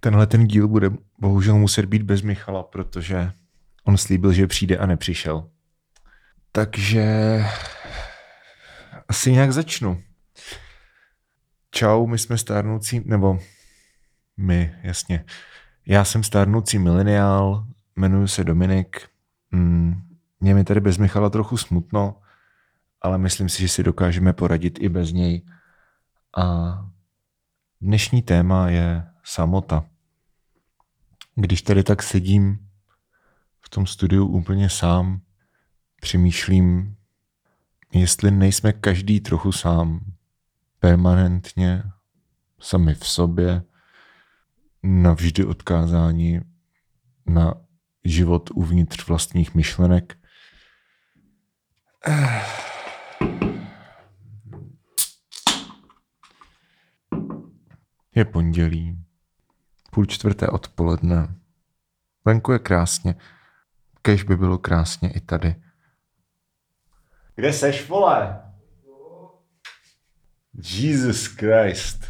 Tenhle ten díl bude bohužel muset být bez Michala, protože on slíbil, že přijde a nepřišel. Takže asi nějak začnu. Čau, my jsme stárnoucí, nebo my, jasně. Já jsem stárnoucí mileniál, jmenuji se Dominik. Mm, Je mi tady bez Michala trochu smutno, ale myslím si, že si dokážeme poradit i bez něj. A dnešní téma je samota. Když tady tak sedím v tom studiu úplně sám, přemýšlím, jestli nejsme každý trochu sám, permanentně, sami v sobě, navždy odkázání na život uvnitř vlastních myšlenek. Eh. Je pondělí, půl čtvrté odpoledne. Venku je krásně, kež by bylo krásně i tady. Kde seš, vole? Jesus Christ.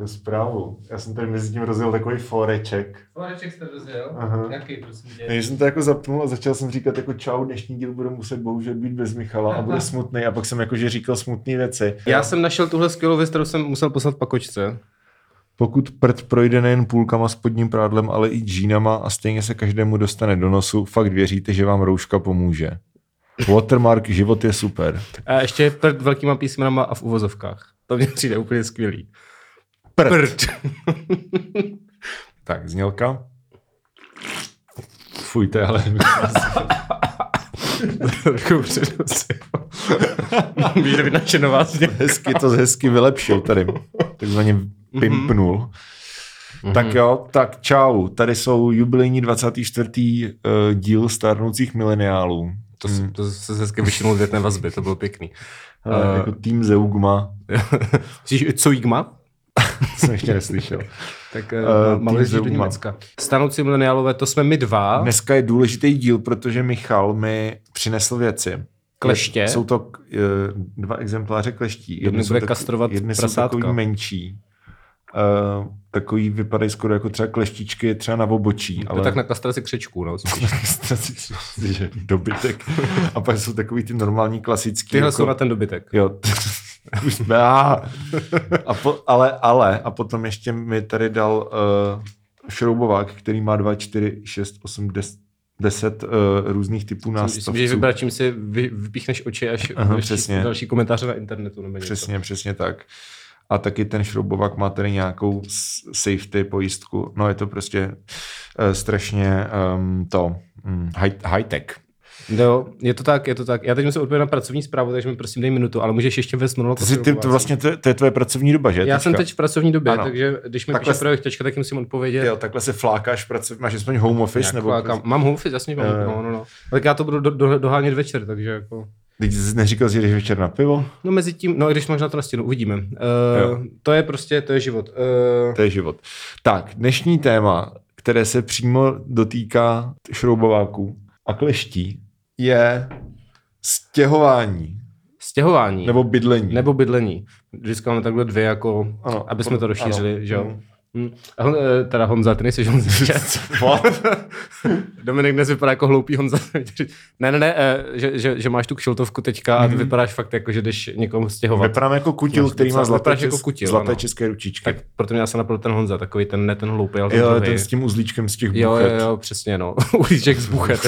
Jo, zprávu. Já jsem tady mezi tím rozjel takový foreček. Floreček jste rozjel? Aha. Jaký, prosím tě? Takže jsem to jako zapnul a začal jsem říkat jako čau, dnešní díl bude muset bohužel být bez Michala a bude smutný. A pak jsem jakože říkal smutné věci. Já jsem našel tuhle skvělou věc, kterou jsem musel poslat pakočce. Pokud prd projde nejen půlkama spodním prádlem, ale i džínama a stejně se každému dostane do nosu, fakt věříte, že vám rouška pomůže. Watermark, život je super. A ještě prd velkýma písmenama a v uvozovkách. To mně přijde úplně skvělý. Prd. prd. Tak, znělka. Fuj, to je ale... Trochu přednosil. Můžete být naše nová znělka. hezky to hezky vylepšil tady. Takzvaně pimpnul. Tak jo, tak čau. Tady jsou jubilejní 24. eh, díl stárnoucích mileniálů. To, mm. to se hezky vyšinul z jedné vazby, to bylo pěkný. Eh, jako tým Zeugma. Myslíš, co Jigma? To jsem ještě neslyšel. Tak Eh, uh, mám tým jezdit do Zeugma. Německa. Stanoucí mileniálové, to jsme my dva. Dneska je důležitý díl, protože Michal mi přinesl věci. Kleště. Je- Jsou to k- eh, dva exempláře kleští. Jedny jsou bude tako- kastrovat jedny jsou prasátka. takový menší. Uh, takový vypadají skoro jako třeba kleštičky třeba na obočí. Ale... To tak na kastraci křečků, no. spíš. že dobytek. A pak jsou takový ty normální klasický. jako Tyhle jsou na ten dobytek. Jo. Už jsme, a, a po, ale, ale, a potom ještě mi tady dal uh, šroubovák, který má 2, 4, 6, 8, 10, 10 uh, různých typů Myslím, že nástavců. vybrat, čím si vy, vypíchneš oči, až Aha, budeš přesně. číst další komentáře na internetu. Nebo něco. Přesně, přesně tak. A taky ten šroubovák má tady nějakou s- safety pojistku. No je to prostě uh, strašně um, to um, high, high-tech. Jo, je to tak, je to tak. Já teď musím odpovědět na pracovní zprávu, takže mi prosím dej minutu, ale můžeš ještě vést monolog. Ty, o jsi- ty, šroubování. to vlastně to, je- to je tvoje pracovní doba, že? Já jsem teď v pracovní době, Ano. ano. takže když mi Takhle píše s- projekt tečka, tak jim musím odpovědět. Jo, takhle se flákáš, pracu, máš aspoň home office? Eh. Jak nebo prostě- flákám. Mám home office, jasně, mám, Jo, jo. no, no, no. Tak já to budu do, do, dohánět večer, takže jako... Teď jsi neříkal, že jdeš večer na pivo? No mezi tím, no i když možná to nastihnu, uvidíme. Jo. Uh, to je prostě, to je život. Uh, To je život. Tak, dnešní téma, které se přímo dotýká šroubováků a kleští, je stěhování stěhování. nebo bydlení. Nebo bydlení. Vždycky máme takhle dvě, jako, Ano, ano, aby jsme to ano, rozšířili, ano. ano, že jo? Mm. Mm. Hon, eh, teda Honza, ty nejsi Honza. že? What? Dominik dnes vypadá jako hloupý Honza. ne, ne, ne, eh, že, že, že máš tu kšiltovku teďka a ty Mhm. vypadáš fakt jako, že jdeš někomu stěhovat. Vypadám jako kutil, Máš který má docela- zlaté, vypadáš čes, jako jako kutil, zlaté ano. české ručičky. Tak proto mě asi napadl ten Honza, takový ten, ne ten hloupý, ale ten jo, druhý. ten s tím uzlíčkem z těch Jo, jo, buchet. jo, přesně, no. Uhlíček z buchet.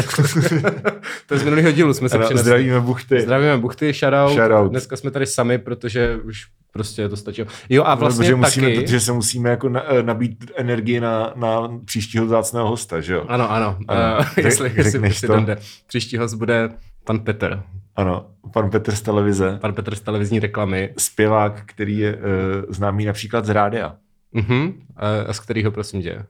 to je z minulého dílu, jsme se Ano, přinesli. Zdravíme buchty. Zdravíme Buchty, shoutout. Shoutout. Dneska jsme tady sami, protože už prostě to stačilo. Jo a Vlastně vlastně protože, musíme, taky... protože se musíme jako na, eh, nabít energii na, na příštího vzácného hosta, že jo? Ano, ano. Ano. Eh, ano. Řek- jestli, jestli, řekneš jestli to? tam jde. Příští host bude pan Petr. Ano, pan Petr z televize. Pan Petr z televizní reklamy. zpěvák, který je uh, známý například z rádia. Mhm. A z kterého, prosím tě?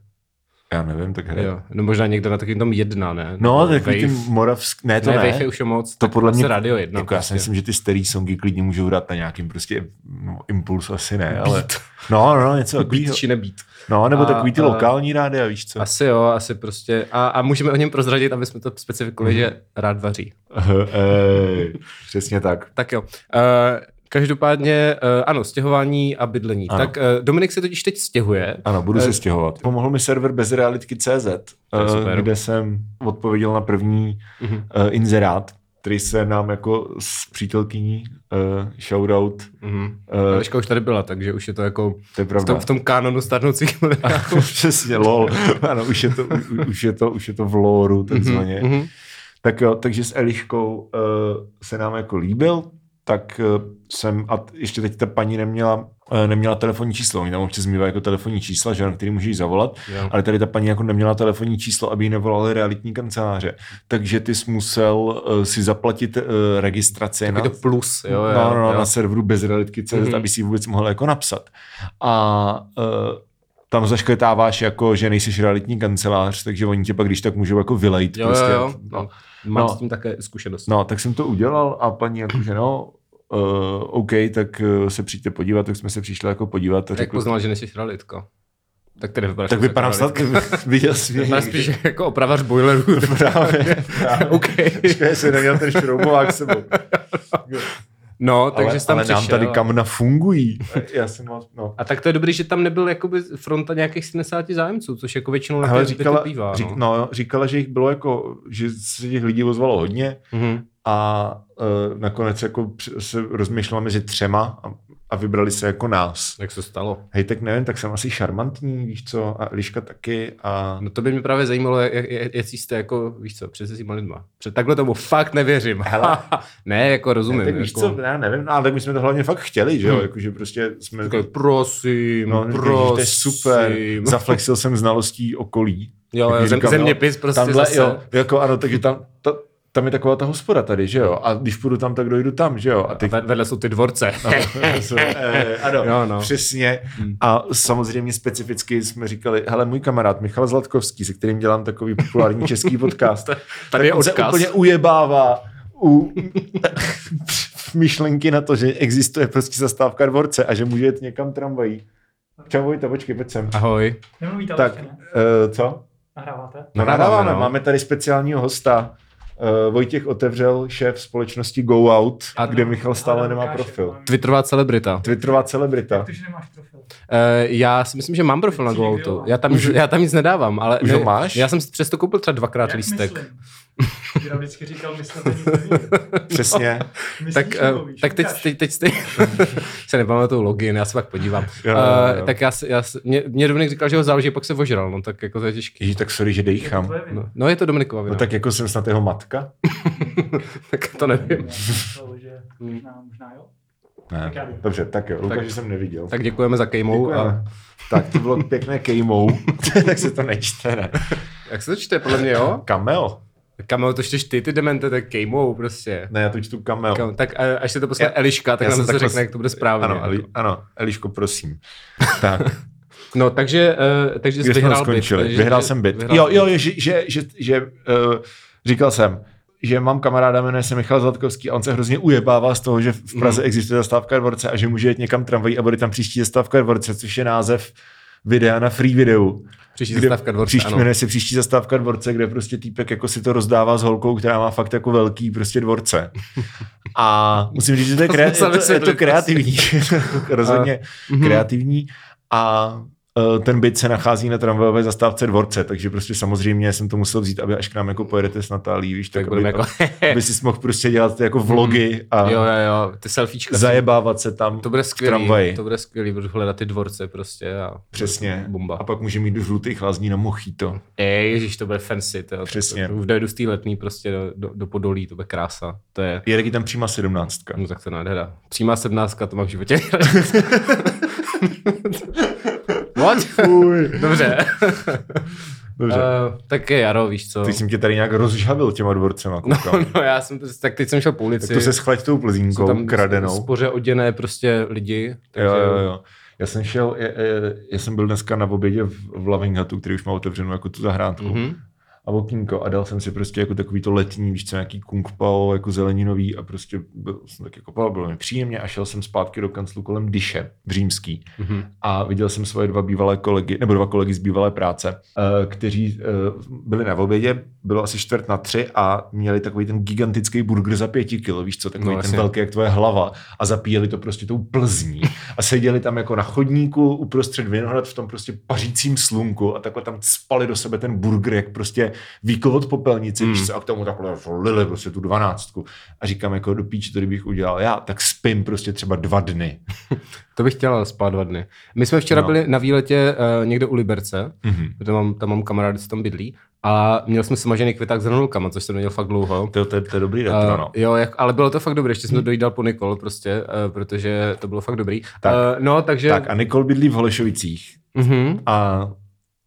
Já nevím, tak hraje. Jo. No možná někdo na takovým tom jedná, ne? No, Nebo takový ty Wave. moravsk... Ne, to ne, ne. Wave je už je moc. to tak podle asi mě... Radio prostě. jedna. Jako já si myslím, že ty starý songy klidně můžou dát na nějakým prostě no, impuls asi ne, ale... Beat. No, no, no, něco Být takového. či nebýt. No, nebo A- takový ty a- lokální rádia, víš co? Asi jo, asi prostě. A, a můžeme o něm prozradit, aby jsme to Mhm. specifikovali, že rád vaří. Ej, Přesně tak. Tak jo. Uh, Každopádně, eh, ano, stěhování a bydlení. Ano. Ano. Tak eh, Dominik se totiž teď stěhuje. Ano, budu Eh, se stěhovat. Pomohl mi server bez realitky CZ, je eh, super. kde jsem odpověděl na první Mhm. eh, inzerát, který se nám jako s přítelkyní eh, shoutout, Mhm. eh, Eliška už tady byla, takže už je to jako to je v tom, pravda. v tom kanonu starnoucích mileniálů. Přesně, lol. Ano, už je to, u- už je to, už je to v lóru, takzvaně. Mhm, mhm. Tak jo, takže s Eliškou uh, se nám jako líbil, tak uh, jsem, a t- ještě teď ta paní neměla, uh, neměla telefonní číslo, oni tam občas mývají jako telefonní čísla, že, na který můžeš zavolat, Jo. ale tady ta paní jako neměla telefonní číslo, aby ji nevolali realitní kanceláře, takže ty jsi musel uh, si zaplatit uh, registraci Taky na, to plus, jo, jo, no, no, jo. na serveru bez realitky.cz, mm-hmm. Mhm. aby si ji vůbec mohl jako napsat. A uh, tam zaškletáváš jako, že nejsi realitní kancelář, takže oni tě pak když tak můžou jako vylejt. Jo, prostě. jo, jo. No. Mám No. s tím také zkušenost. No, tak jsem to udělal a paní jakože no, uh, OK, tak uh, se přijďte podívat, tak jsme se přišli jako podívat a Jak řekl, poznal, že nejsi realitko? Tak tedy vypadáš tak jako vypadám snad, realitko. viděl jsi mě Vypadáš někdy? spíš jako opravař boilerů. Právě, právě. OK. Že jsem neměl ten šroubovák s sebou. No, takže ale, jsi tam ale nám přišel tady a- kamna fungují. Já jsem, vás- no. A tak to je dobrý, že tam nebyl jakoby fronta nějakých 70 zájemců, což jako většinou na Hele, té říkala, říkala, to bývá. řík, no, říkala, že jich bylo jako, že se těch lidí ozvalo hodně Mhm. a uh, nakonec jako při- se rozmýšlela mezi třema a, a vybrali se jako nás. Jak se stalo? Hej, tak nevím, tak jsem asi šarmantní, víš co, a Liška taky a... No to by mě právě zajímalo, jak, jak, jak jste jako, víš co, před těma lidma. Před takhle tomu fakt nevěřím. Hele. ne, jako rozumím. Ne, tak víš jako, co, já nevím, no, ale tak my jsme to hlavně fakt chtěli, že jo, Hmm. jakože prostě jsme... Jako, prosím, No, no, prosím. prosím. to je super, zaflexil jsem znalostí okolí. Jo, Jak jo, říkám, zem, zeměpis prostě Tamhle, zase. jo, jako ano, takže tam, ta, tam je taková ta hospoda tady, že jo, a když půjdu tam, tak dojdu tam, že jo, a A teď ve- vedle jsou ty dvorce. Eh, ano, Jo, no. přesně. A samozřejmě specificky jsme říkali, hele, můj kamarád Michal Zlatkovský, se kterým dělám takový populární český podcast, Tady je on se odkaz. úplně ujebává u myšlenky na to, že existuje prostě zastávka dvorce a že může jet někam tramvají. Čau Vojta, počkej, pojď sem. Ahoj. Nemluvíte Tak, tak. ne? eh, co? Nahráváte? No, Nahráváme, nahráváme, no. máme tady speciálního hosta. Eh, Vojtěch otevřel, šéf společnosti Go Out, A- kde Michal stále Ale nemá Lukáše, profil. mám- Twitterová celebrita. Twitterová celebrita. Jak to, že nemáš profil? Eh, já si myslím, že mám profil na Ty jsi GoAutu. někdy Já tam, já tam nic nedávám, ale... Už ho máš? Já jsem si přesto koupil třeba dvakrát Jak lístek. myslím? Jira vždycky říkal, myslím, že nic nevím. Přesně. Myslíš, Tak, eh, nebo víš? tak teď, Ukáž. teď, teď, teď se nepamatuju login, já se pak podívám. Jo, Jo, jo, jo. tak já, se- já, se- mě, mě Dominik říkal, že ho záleží, pak se ožral, no tak jako to je těžký. Ježí, tak sorry, že Je to dejchám. tvoje vina. No, no je to Dominikova vina. No tak jako jsem snad jeho matka? tak to nevím. Já jsem myslel, Jako, že možná, možná jo. Ne. Tak já vím. Dobře, tak jo, Lukáš, že jsem neviděl. Tak děkujeme za kejmou. A, Děkujeme. Tak to bylo pěkné kejmou. tak se to nečte, ne? jak se to čte, podle mě, jo? Kamel? Kamel, to čteš ty, ty demente, tak kejmou prostě. Ne, já to čtu kamel. Kam, tak eh, až se to poslal Eliška, tak já nám jsem zase takhle- řekne, jak to bude správně. Ano, Eli, ano, Eliško, prosím. Tak, No, takže, uh, takže jsi kde jsme to vyhrál byt. skončili? takže- vyhrál jsem byt. vyhrál jo, jsi jo, že, že, že, že uh, říkal jsem, že mám kamaráda, jmenuje se Michal Zlatkovský a on se hrozně ujebává z toho, že Mm. v Praze existuje zastávka dvorce a že může jet někam tramvají a bude tam příští zastávka dvorce, což je název videa na free videu. Příští kde- zastávka dvorce, příští, ano. Jmenuje se příští zastávka dvorce, kde prostě týpek jako si to rozdává s holkou, která má fakt jako velký prostě dvorce. A musím říct, že to je, krea- To jsme je, to, je to vysvětlili kreativní. Rozhodně kreativní. A eh, ten byt se nachází na tramvajové zastávce dvorce, takže prostě samozřejmě jsem to musel vzít, aby až k nám jako pojedete s Natálí, víš, tak, Tak aby, budeme jako... Hmm. aby si mohl prostě dělat ty jako vlogy a jo, jo, jo, ty selfiečka. zajebávat se tam To bude v skvělý, tramvaji. to bude skvělý, budu hledat ty dvorce prostě a Přesně. bomba. A pak může mít do žlutých lázní na mochito. Ej, ježiš, to bude fancy, to, Přesně. To, to, dojedu z té letní prostě do, do, do, Podolí, to bude krása, to je, Je taky tam přímá sedmnáctka. no tak to je nádhera. Přímá sedmnáctka, to mám v životě. What? Dobře. Dobře. Uh, tak je jaro, víš co. Teď jsem tě tady nějak rozžavil těma dvorcema, koukám. no, já jsem, to- tak teď jsem šel po ulici. tak to se schlať tou jsou plzínkou tam kradenou. Spoře oděné prostě lidi. Takže, Jo, jo, jo. Já jsem šel, je, je, já jsem byl dneska na obědě v, v Laving Hutu, který už má otevřenou jako tu zahrádku. Mm-hmm. Mhm. a okýnko a dal jsem si prostě jako takový to letní, víš co, nějaký kung pao, jako zeleninový a prostě byl, jsem tak jako pal, bylo mi příjemně a šel jsem zpátky do kanclu kolem Dyše v Římský Mhm. a viděl jsem svoje dva bývalé kolegy, nebo dva kolegy z bývalé práce, eh, kteří eh, byli na obědě, bylo asi čtvrt na tři a měli takový ten gigantický burger za pěti kilo, víš co, No, takový no, ten jasně. velký jak tvoje hlava a zapíjeli to prostě tou plzní a seděli tam jako na chodníku uprostřed vinohrad v tom prostě pařícím slunku a takhle tam spali do sebe ten burger jak prostě výkovod popelnici, Hmm. víš co, a k tomu takhle lili prostě tu dvanáctku a říkám jako do píči, to kdybych udělal já, tak spím prostě třeba dva dny. To bych chtěla spát dva dny. My jsme včera no. No. byli na výletě uh, někde u Liberce, Mhm. protože mám, tam mám kamarády, co tam bydlí, a měl jsme smažený květák s hranolkama, což jsem neměl fakt dlouho. To, to, to je dobrý retro, Uh, no. jo, jak, ale bylo to fakt dobré, ještě jsem to dojídal po Nikol prostě, uh, protože to bylo fakt dobrý. Tak. Uh, no, takže... Tak a Nikol bydlí v Holešovicích Uh-huh, a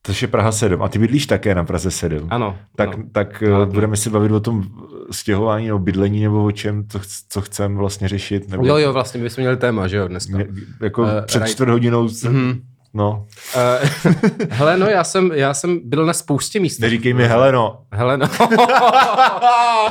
to je Praha 7 a ty bydlíš také na Praze 7. ano. tak, no. tak no. Ale- budeme si bavit o tom stěhování nebo bydlení nebo o čem, co, chc- co chcem vlastně řešit. Nebo Jo, jo, vlastně bychom měli téma, že jo, dneska. Mě, jako Eh, před raj- čtvrt hodinou, se, Mhm. no, Eh, hele, no já jsem, já jsem byl na spoustě míst. neříkej mi, hele no, Hele, no.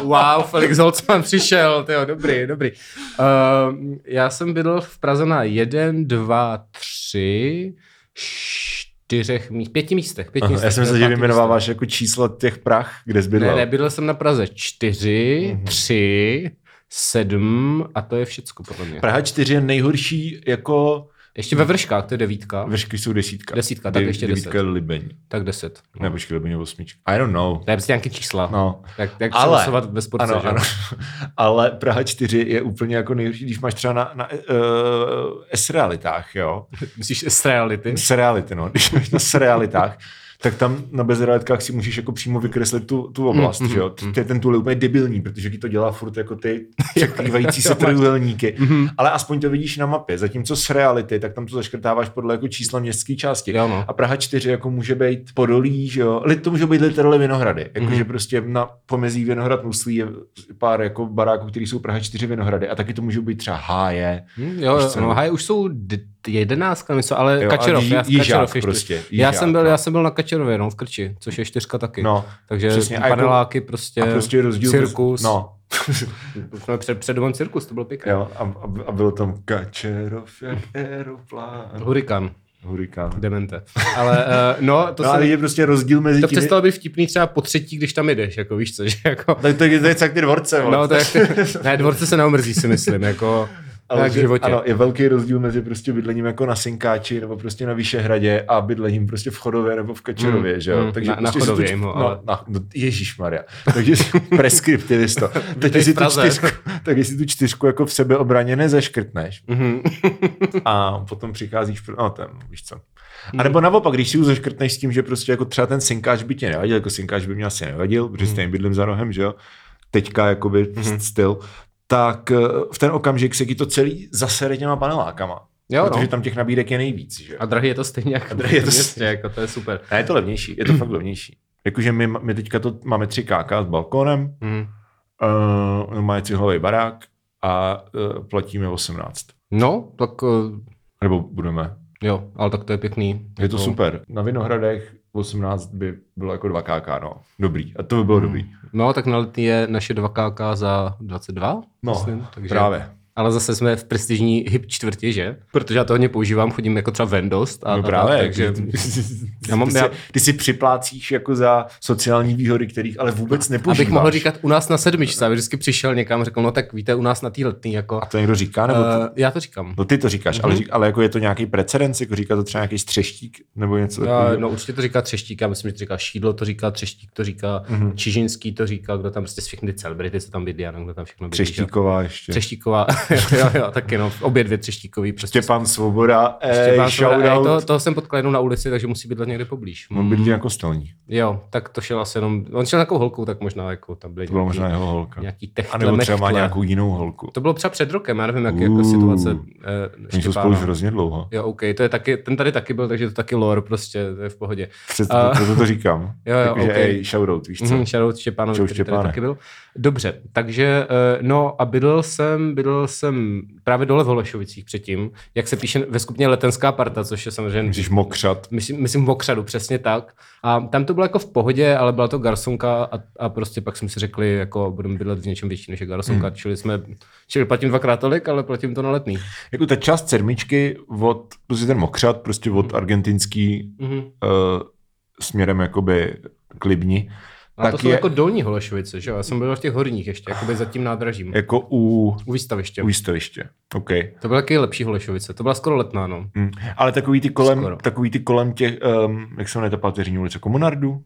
wow, Felix Holzman přišel, tyjo, dobrý, dobrý. Uh, já jsem bydl v Praze na jeden, dva, tři, čtyřech míst, pěti místech. Pěti Aha, místech já jsem se, byl že pátý vyjmenováváš jako čísla těch prach, kde jsi místo. Ne, bydlel. ne, bydl jsem na Praze čtyři, Mhm. tři, sedm a to je všecko podle mě. Praha 4 je nejhorší, jako Ještě ve vrškách, to je devítka, vršky jsou desítka. No. Desítka, tak Dev- ještě devítka deset. No. je Libeň. tak deset. Ne, počkej, Libeň je osmička. I don't know. To je prostě nějaký čísla. No. Jak, jak Ale- přenosovat ve sportce, Ano, že? ano. Ale Praha 4 je úplně jako nejhorší, když máš třeba na, na uh, S-realitách, jo. Myslíš z reality? Seriality, no. Když máš na serialitách, tak tam na bezrealitkách si můžeš jako přímo vykreslit tu, tu oblast, Mm, mm, že jo. mm, To je ten tool je úplně debilní, protože ti to dělá furt jako ty překrývající se trojuhelníky. Mhm. Ale aspoň to vidíš na mapě. Zatímco s reality, tak tam to zaškrtáváš podle jako čísla městské části. Jo, no. A Praha 4 jako může být podolí, že jo. Lid to může být literally Vinohrady. Jakože Mhm. prostě na pomezí Vinohrad Muslí je pár jako baráků, který jsou Praha 4 Vinohrady. A taky to můžou být třeba háje. Hm, jo, Víš jo, co? no, haj, už jsou d- jedenáctka, něco, ale Jo, jo, a Kačerov, jí- já, Jižák Kačerov ještě. prostě, já, Jižák, jsem byl, no. já jsem byl na Kačerově, no, v Krči, což je čtyřka taky. No. Takže přesně, a jako- paneláky prostě, A prostě rozdíl. bez- cirkus, No, jsme před, před domem cirkus, to bylo pěkné. Jo, a, a, a bylo tam Kačerov jak aeroplán. Hurikán, Hurikán. demente. Ale eh, no, to, No, no, ale jsem, je prostě rozdíl mezi to těmi... přestalo být vtipný třeba po třetí, když tam jdeš, jako víš co, že jako... Tak to, je- to je jak ty dvorce, vole. No, to jak, ne, dvorce se neomrzí, si myslím, jako... Ale jak v že- životě. Ano, je velký rozdíl mezi prostě bydlením jako na Synkáči nebo prostě na Vyšehradě a bydlením prostě v Chodově nebo v Kačerově, Mm, že jo? mm, Takže na- na prostě si Chodově tu- jim ho, no, ale- na, no, Ježíšmarja. Takže si- preskriptivisto. Vítej tak, jestli v tu Praze. čtyřku, tak jestli tu čtyřku jako v sebe obraně nezaškrtneš Mhm. a potom přicházíš, pro- no ten, víš co. A Hmm. nebo naopak, když si ji zaškrtneš s tím, že prostě jako třeba ten synkáč by tě nevadil, jako synkáč by mě asi nevadil, protože Hmm. stejně bydlím za rohem, že jo, teďka jakoby mm-hmm. styl, tak eh, v ten okamžik se ti to celý zasere těma panelákama. Jo, protože no. tam těch nabídek je nejvíc, že jo. A drahý je to stejně jako A drahý je to v městě, stejně. jako to je super. A je to levnější, je to fakt levnější. Jakože my, my teďka to máme tři KK s balkónem, Mhm. uh, máme cihlový barák a uh, platíme 18. No, tak eh, Nebo budeme. Jo, ale tak to je pěkný. Je to Jako- super. Na Vinohradech 18 by bylo jako 2KK, no. Dobrý. A to by bylo dobrý. No, tak na letní je naše 2KK za 22, No, myslím. Takže... Právě. Ale zase jsme v prestižní hip čtvrti, že? Protože já to hodně používám, chodím jako třeba ven dost. A, no a- právě. A, takže... Já mám- ty, já- si, ty si připlácíš jako za sociální výhody, kterých ale vůbec nepožíváš. Abych mohl říkat u nás na sedmičce, aby vždycky přišel někam a řekl, no tak víte, u nás na té letní, jako... A to někdo říká? Nebo Uh, to, já to říkám. no ty to říkáš, mhm. ale, řík, ale jako je to nějaký precedens, jako říká to třeba nějaký střeštík nebo něco Já, takového. no určitě to říká Třeštík, já myslím, že to říká Šídlo, to říká Třeštík, to říká Mhm. mm-hmm. Čižinský, to říká, kdo tam prostě všechny ty celebrity, co tam bydlí, já nevím, kdo tam všechno bydlí. že jo. Třeštíková ještě. Třeštíková, jo, jo, taky no, obě dvě Třeštíkový. přes- Štěpán Svoboda, eh, ej, Štěpán Svoboda, shoutout. ej, to, toho jsem potkal jenom na ulici, takže musí bydlet někde poblíž. On bydlí jako stelní. Jo, tak to šel asi jenom, on šel nějakou holkou, tak možná jako tam byly To byla nějaký, možná jeho holka. nějaký A techtle, nebo třeba má mechtle. nějakou jinou holku. To bylo třeba před rokem, já nevím, jak je jako Uh. situace eh, Oni jsou spolu už Štěpána. hrozně dlouho. Jo, OK, to je taky, ten tady taky byl, takže to taky lore prostě, to je v pohodě. Před, A- a... proto to říkám. Jo, jo, Jakože, okej. ej, shoutout, víš co? Mhm, Shoutout Štěpánovi, Čau, který tady Štěpáne. taky byl. Dobře, takže eh, no a bydlel jsem, bydlel jsem právě dole v Holešovicích předtím, jak se píše ve skupině Letenská parta, což je samozřejmě Musíš mokřat. myslím, myslím v mokřadu, přesně tak. A tam to bylo jako v pohodě, ale byla to garsonka a, a prostě pak jsme si řekli, jako budeme bydlet v něčem větší než je garsonka, hmm. čili jsme, čili platím dvakrát tolik, ale platím to na letný. Jako ta část sedmičky od, prostě ten mokřad, prostě od argentinský Mhm. uh, směrem jakoby k Libni, A to tak jsou je jako jako, dolní Holešovice, že jo? Já jsem byl v těch horních ještě, jakoby za tím nádražím. jako u, U výstaviště. u jistoviště. OK. To byla taky lepší Holešovice, to byla skoro letná, no. Mm. Ale takový ty kolem, Skoro. takový ty kolem těch, um, jak se jmenuje ta páteřní ulice, komunardu?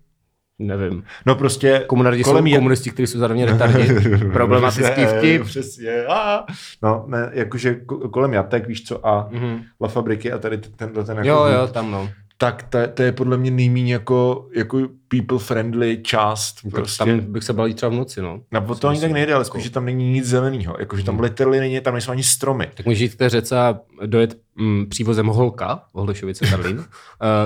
Nevím. No prostě Komunardi kolem jsou je- komunisti, kteří jsou zároveň retardi. Problematický Přesně, vtip. Přesně. A, no, ne, jakože ko- kolem jatek, víš co, a Mhm. La Fabriky a tady t- tenhle ten jako Jo, jo, tam no. tak to, to je podle mě nejméně jako, jako people friendly část. Prostě. Tam jako- bych se balil třeba v noci, no. Na no, to ani tak nejde, ale spíš, že tam není nic zeleného. Jakože tam literally není, tam nejsou ani stromy. Hmm. Tak můžeš jít k té řece a dojet mm, přívozem Holka, Holešovice, Karlín. uh,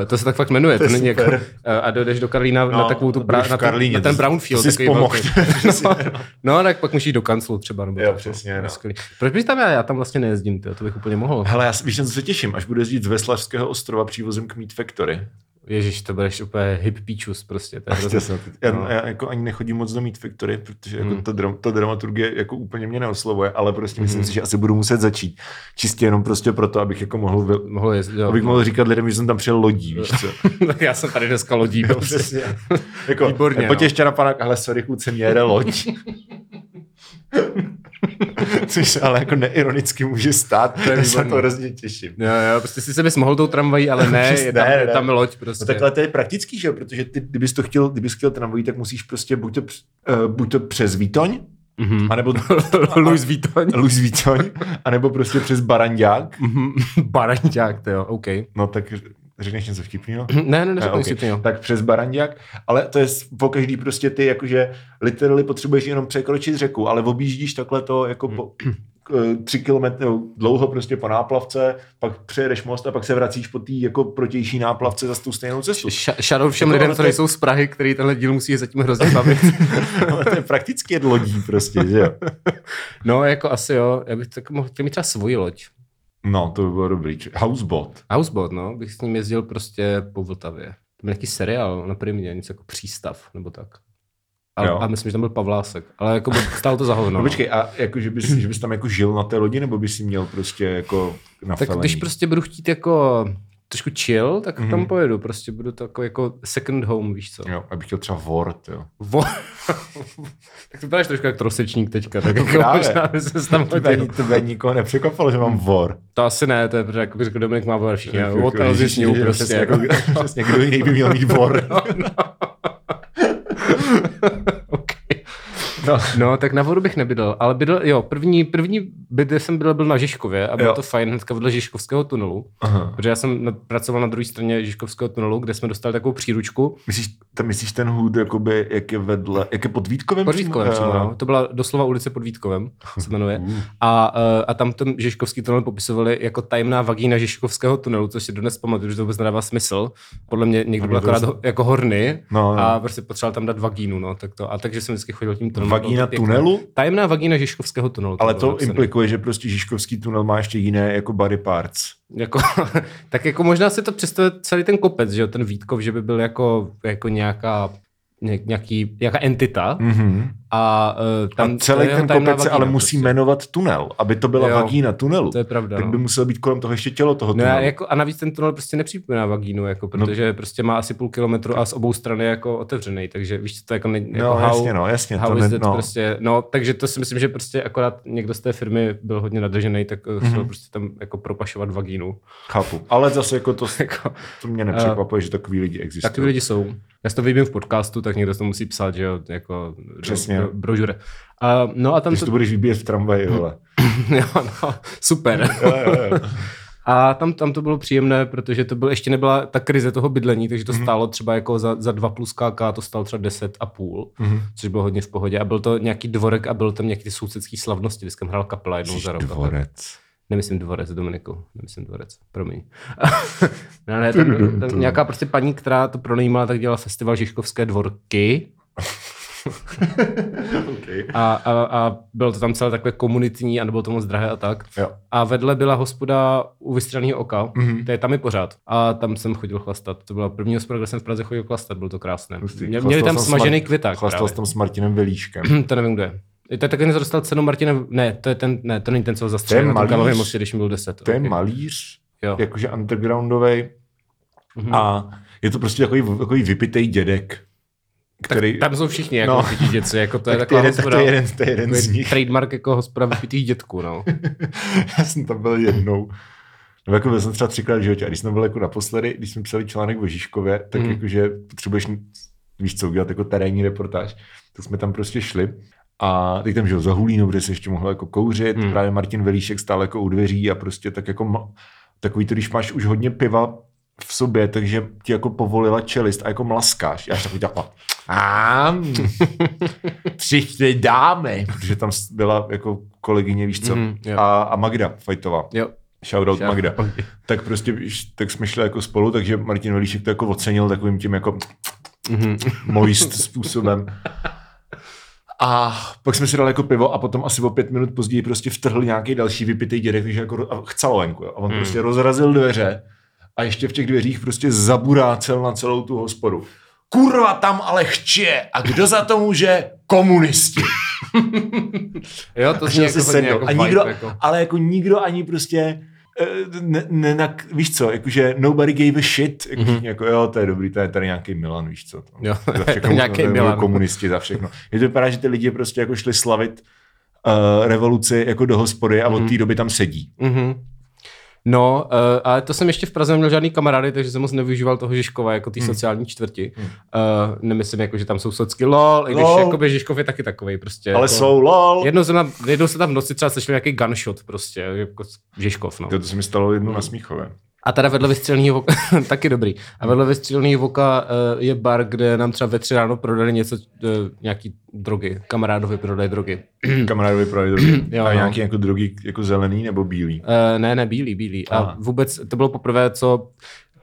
to se tak fakt jmenuje. To, je není jako, super. uh, a dojdeš do Karlína no, No, na takovou tu a brá, budeš v na, ten, Karlíně, na ten to- brownfield. to jsi takový pomohl. velký. no, no, tak pak můžeš jít do kanclu třeba. Nebo Jo, tak, no. přesně, To je no. skvělý. Proč bych tam já? Já tam vlastně nejezdím, tyjo, to bych úplně mohl. Hele, já s- víš, na co se těším, až bude jezdit z Veslařského ostrova přívozem k Meat Factory. Ježíš, to budeš úplně hip píčus prostě. To je hrozný. Já, No. no. já jako ani nechodím moc do Meat Factory, protože jako hmm. ta, dram, ta dramaturgie jako úplně mě neoslovuje, ale prostě Hmm. myslím si, že asi budu muset začít. Čistě jenom prostě proto, abych jako mohl, vy- mohl jezdit. Jo. abych mohl říkat lidem, že jsem tam přijel lodí, víš co. tak já jsem tady dneska lodí. Jo, prostě. přesně. Jako, Výborně, Výborně, pojď no. ještě na pana, hele, sorry, kluci, mě jede loď. Což se ale jako neironicky může stát, to já se na výborný. to hrozně těším. Jo, jo, prostě si se bys mohl tou tramvají, ale ne, je tam, Ne, je ne. tam loď prostě. No tak ale to je praktický, že jo, protože ty, kdybys to chtěl, kdybys chtěl tramvají, tak musíš prostě buď to, př- eh, buď to přes Výtoň, Mhm. anebo Luis Vuitton. Luz Výtoň, anebo prostě přes Barandák. Baranťák, Mhm. to jo, OK. No tak řekneš něco vtipného? Ne, ne, ne, Ne, okay. ok. si to jo. Tak přes Barandák, ale to je s- po každý prostě ty, jakože literally potřebuješ jenom překročit řeku, ale objíždíš takhle to jako po, k- eh, tři kilometry dlouho prostě po náplavce, pak přejedeš most a pak se vracíš po té jako protější náplavce za tou stejnou cestu. Ša- Shadow všem Jako lidem, ono co to je- nejsou z Prahy, který tenhle díl musí zatím hrozně bavit. Ale to je prakticky jet lodí prostě, že jo. No, jako asi jo, já bych tak mohl chtěl mít třeba svoji loď. No, to by bylo dobrý. či- Houseboat. Houseboat, no, bych s ním jezdil prostě po Vltavě. To byl nějaký seriál na primě, něco jako přístav, nebo tak. A, Jo. a myslím, že tam byl Pavlásek, ale jako by stálo to za hovno. No no. počkej, a jako, že bys, že bys tam jako žil na té lodi, nebo bys si měl prostě jako na Tak když prostě budu chtít jako trošku chill, tak mm-hmm. tam Mhm. pojedu. Prostě budu takový jako second home, víš co. Jo, abych chtěl třeba Word, jo. Vo... tak to vypadáš trošku jak trosečník teďka, tak jako Právě. možná by se tam To Hmm. by, ani, hodil. to by ani nikoho nepřekvapilo, že mám Word. To asi ne, to je protože, jak by řekl Dominik Mávor, všichni hotel Ježiš, zjišňují jako že prostě. Přesně, jako, přesně, kdo jiný by měl mít vor. okay. No. No, tak na vodu bych nebydl, ale bydl, jo, první, první byt, kde jsem bydl, byl na Žižkově a bylo Jo. to fajn, hnedka vedle Žižkovského tunelu, Aha. protože já jsem na, pracoval na druhé straně Žižkovského tunelu, kde jsme dostali takovou příručku, Myslíš, tam myslíš ten hůd, jakoby, jak je vedle, jak je pod Vítkovem? pod Vítkovem přímo, no. to byla doslova ulice pod Vítkovem, se jmenuje, Hmm. A, eh, a tam ten Žižkovský tunel popisovali jako tajemná vagína Žižkovského tunelu, což si dodnes pamatuju, že to vůbec nedává smysl. Podle mě někdo No, byl to akorát je- ho- jako horny No, a no. prostě potřeboval tam dát vagínu, no, tak to. A takže jsem vždycky chodil tím tunelem. Vagína Bylo to pěkné. tunelu? Tajemná vagína Žižkovského tunelu. Ale bylo to napsané. implikuje, že prostě Žižkovský tunel má ještě jiné jako body parts. Jako, tak jako možná si to představit celý ten kopec, že jo, ten Vítkov, že by byl jako, jako nějaká ně- nějaký, nějaká entita Mm-hmm. a eh, tam Tam a celý to je jeho ten tajemná kopec se vagína ale musí prostě. jmenovat tunel, aby to byla Jo, vagína tunelu. To je pravda. tak no. by musel být kolem toho ještě tělo toho No tunelu. a, jako, a navíc ten tunel prostě nepřipomíná vagínu, jako, protože no. prostě má asi půl kilometru a z obou stran je jako otevřený, takže víš, co to jako, ne, jako no, how, jasně, no, jasně. how To is ne, that no. prostě, no, takže to si myslím, že prostě akorát někdo z té firmy byl hodně nadržený, tak mm-hmm. Mhm. chtěl prostě tam jako propašovat vagínu. Chápu. Ale zase jako to, jako, to mě nepřekvapuje, že takový lidi existují. takový lidi jsou. Já si to vybím v podcastu, tak někdo to musí psát, že jo, jako do- Přesně. do, brožure. A, no a tam Když to to, Mhm. budeš vybíjet v tramvaji, vole. jo, no, super. Jo, jo, jo. A tam, tam to bylo příjemné, protože to byl, ještě nebyla ta krize toho bydlení, takže Mhm. to stálo třeba jako za, za dva plus KK, to stálo třeba 10 a půl, Mhm. což bylo hodně v pohodě. A byl to nějaký dvorek a byl tam nějaký ty sousedský slavnosti, vždycky tam hrál kapela jednou za rok. a tak. Dvorec. Nemyslím dvorec, Dominiku, nemyslím dvorec, promiň. ne, ne, tam, tam nějaká prostě paní, která to pronajímala, tak dělala festival Žižkovské dvorky. okay. A, a, a bylo to tam celé takhle komunitní a nebylo to moc drahé a tak. Jo. A vedle byla hospoda u vystraného oka, Mhm. to je tam i pořád. A tam jsem chodil chlastat. To byla první hospoda, kde jsem v Praze chodil chlastat, bylo to krásné. Hustý. Mě, měli Chlastal tam jsem s smažený Mar- květák. Chlastal právě. jsem tam s Martinem Velíškem. to nevím, kdo je. To je taky něco dostal cenu Martina, ne, to je ten, ne, to není ten, co ho To je zastřelil na tom malíř. Karlově mostě, když mi byl 10. To je Ok. malíř, Jo. jakože undergroundový. Mhm. A je to prostě takový, takový vypitej dědek, který... Tam jsou všichni jako No. no. děci, jako to je tak to, taková je, tak to hospoda. je jeden, to je jeden z nich. Trademark jako hospoda vypitých dětků, no. Já jsem tam byl jednou. No, jako byl jsem třeba třikrát v životě. A když jsem byl jako naposledy, když jsme psali článek o Žižkově, tak Mhm. mm. jakože potřebuješ, víš co, udělat jako terénní reportáž. Tak jsme tam prostě šli. A teď tam žil za Hulínou, kde se ještě mohlo jako kouřit. Mhm. Mm. Právě Martin Velíšek stál jako u dveří a prostě tak jako ma- takový to, když máš už hodně piva v sobě, takže ti jako povolila čelist a jako mlaskáš. Já jsem takový takhle, a přišli dámy, protože tam byla jako kolegyně, víš co, Mhm, jo. a, a Magda Fajtová. Jo. Shoutout Shout- Magda. Tak prostě, tak jsme šli jako spolu, takže Martin Velíšek to jako ocenil takovým tím jako Mhm. moist způsobem. A pak jsme si dali jako pivo a potom asi o pět minut později prostě vtrhl nějaký další vypitý dědek, takže jako ro- a chcelo venku. jo. A on Hmm. hmm. prostě rozrazil dveře a ještě v těch dveřích prostě zaburácel na celou tu hospodu. Kurva tam ale chče! A kdo za to může? Komunisti! Jo, to A zní šel jako, si hodně sednout. jako a vibe, nikdo, jako. ale jako nikdo ani prostě eh, ne, ne, na, víš co, jakože nobody gave a shit, Mhm. jako, mm-hmm. jako jo, to je dobrý, to je tady nějaký Milan, víš co. To, Jo, za je tam nějaký to budou Milan. Komunisti za všechno. Je to vypadá, že ty lidi prostě jako šli slavit uh, revoluci jako do hospody a od té doby tam sedí. Mhm. No, uh, ale to jsem ještě v Praze neměl žádný kamarády, takže jsem moc nevyužíval toho Žižkova jako té Hmm. sociální čtvrti. Uh, nemyslím, jako, že tam jsou socky lol, i když Lol. jakoby Žižkov je taky takový prostě. Ale jako, jsou lol. Jednou, jsem tam, jednou se tam v noci třeba slyšel nějaký gunshot prostě, jako Žižkov, no. To, to se mi stalo jednou na Smíchově. A teda vedle vystřelného voka, taky dobrý, a vedle vystřelného voka eh, je bar, kde nám třeba ve tři ráno prodali něco, eh, nějaký drogy, kamarádovi prodali drogy. Kamarádovi právě drogy. Mhm. Jo, a no. nějaký jako drogy jako zelený nebo bílý. Uh, ne, ne, bílý, bílý. A Aha. vůbec to bylo poprvé, co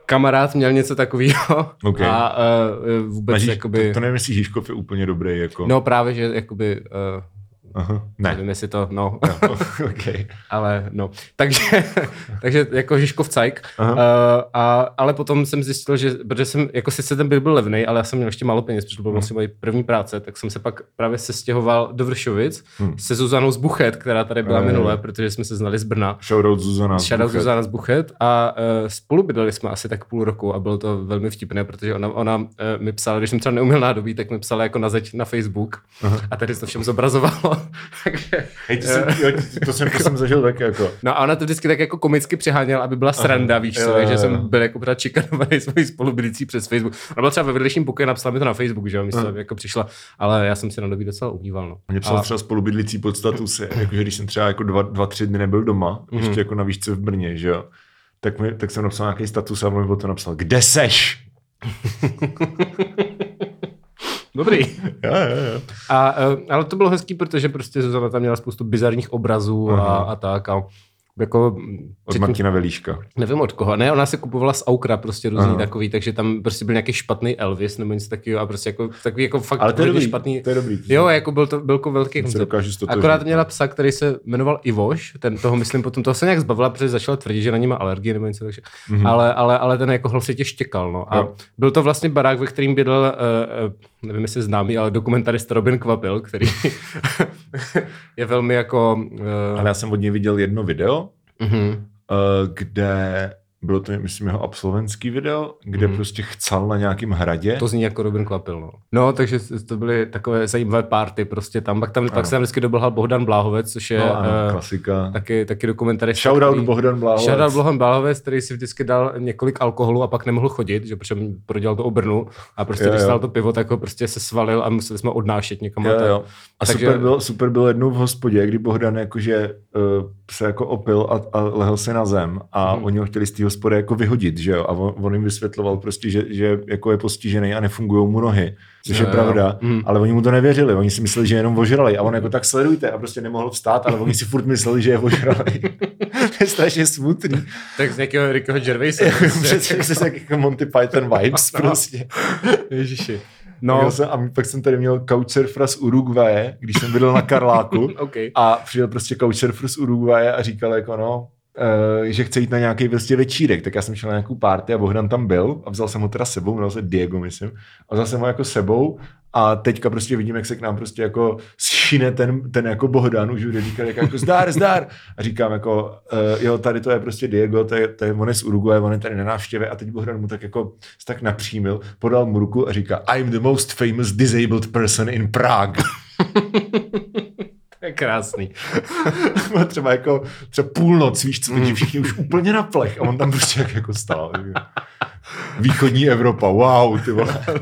kamarád měl něco takového Ok. a uh, vůbec Mažíš, jakoby... to, to nevím, jestli Žižkov je úplně dobrý. Jako. No právě, že jakoby... Uh, Aha. ne. Ne. Nevím, jestli to, no, okay. ale no. Takže, takže jako Žižkov cajk. Uh, Aha. a, ale potom jsem zjistil, že, protože jsem, jako sice ten byt byl levný, ale já jsem měl ještě málo peněz, protože to Mhm. byla vlastně moje první práce, tak jsem se pak právě sestěhoval do Vršovic Hmm. se Zuzanou z Buchet, která tady byla Eh. minule, protože jsme se znali z Brna. Shoutout Zuzana. Shoutout Buchet. Zuzana z Buchet a uh, spolu bydleli jsme asi tak půl roku a bylo to velmi vtipné, protože ona, ona uh, mi psala, když jsem třeba neuměl nádobí, tak mi psala jako na zeď na Facebook Aha. Aha. a tady se to všem zobrazovalo. Takže, Hej, to, jsem, jo, to, jsem, to jsem zažil tak jako. no a ona to vždycky tak jako komicky přeháněla, aby byla sranda, Aha. víš Jo, co, jo, takže jo. jsem byl jako pořád čikanovaný svojí spolubydlící přes Facebook. Ona byla třeba ve vedlejším pokoji, napsala mi to na Facebook, že jo, myslím, Aha. jako přišla, ale já jsem si na dobí docela umýval, no. Mě psal A- a... třeba spolubydlící pod statusy, jakože když jsem třeba jako dva, dva tři dny nebyl doma, mm-hmm. ještě jako na výšce v Brně, že jo, tak, mi, tak jsem napsal nějaký status a on mi po to napsal, kde seš? Dobrý. Jo, jo, jo. A, eh, ale to bylo hezký, protože prostě Zuzana tam měla spoustu bizarních obrazů a, Aha. a tak. A jako, mm, Od Martina Velíška. nevím od koho, ne, ona se kupovala z Aukra prostě různý Aha. takový, takže tam prostě byl nějaký špatný Elvis nebo něco takového a prostě jako takový jako fakt Ale to je hodně dobrý, špatný. to je dobrý. Jo, jako byl to byl jako velký se koncept. dokážu stotožnit. Akorát měla psa, který se jmenoval Ivoš, ten toho myslím potom, toho se nějak zbavila, protože začala tvrdit, že na ní má alergii nebo něco takže. Mm-hmm. Ale, ale, ale ten jako hlasitě štěkal, no. A Mhm. Jo. byl to vlastně barák, ve kterým bydlel, uh, uh, nevím jestli známý, ale dokumentarista Robin Kvapil, který je velmi jako... Uh, Ale já jsem od něj viděl jedno video, uh, eh, kde bylo to, myslím, jeho absolventský video, kde Mhm. mm. prostě chcel na nějakém hradě. To zní jako Robin Kvapil, no. No, takže to byly takové zajímavé party prostě tam. Pak, tam, pak Ano. se tam vždycky doblhal Bohdan Bláhovec, což je no, ano, eh, klasika. taky, taky dokumentarista. Shoutout který- Bohdan Bláhovec. Shoutout Bohdan Bláhovec, který si vždycky dal několik alkoholu a pak nemohl chodit, že protože prodělal to obrnu a prostě Jo, jo. když dal to pivo, tak ho prostě se svalil a museli jsme ho odnášet někam. a Jo, tak. jo. A Takže- Takže... super, bylo, super bylo jednou v hospodě, kdy Bohdan jakože uh, se jako opil a, a lehl se na zem a Mhm. mm. oni ho chtěli z té hospody jako vyhodit, že jo? A on, on jim vysvětloval prostě, že, že jako je postižený a nefungují mu nohy, což Jo, je jo. pravda, Mhm. ale oni mu to nevěřili, oni si mysleli, že je jenom ožrali a on jako tak sledujte a prostě nemohl vstát, ale oni si furt mysleli, že je ožrali. to je strašně smutný. Tak z nějakého Rickyho Gervaisa. Přesně se tak jako Monty Python vibes prostě. Ježiši. No. No, Jsem, a pak jsem tady měl couchsurfera z Uruguaye, když jsem bydlel na Karláku. OK. A přijel prostě couchsurfer z Uruguaye a říkal jako no, eh, že chce jít na nějaký vlastně večírek, tak já jsem šel na nějakou party a Bohdan tam byl a vzal jsem ho teda sebou, jmenoval se Diego, myslím, a vzal jsem ho jako sebou a teďka prostě vidím, jak se k nám prostě jako šine ten, ten jako Bohdan, už bude říkal jako, jako zdar, zdar a říkám jako, eh, jo, tady to je prostě Diego, to je, to je on je z Uruguaye, on je tady na návštěvě a teď Bohdan mu tak jako se tak napřímil, podal mu ruku a říká I'm the most famous disabled person in Prague. To je krásný. Bylo třeba jako třeba půlnoc, víš co, takže všichni už úplně na plech a on tam prostě jak jako stál. Východní Evropa, wow, ty vole. No,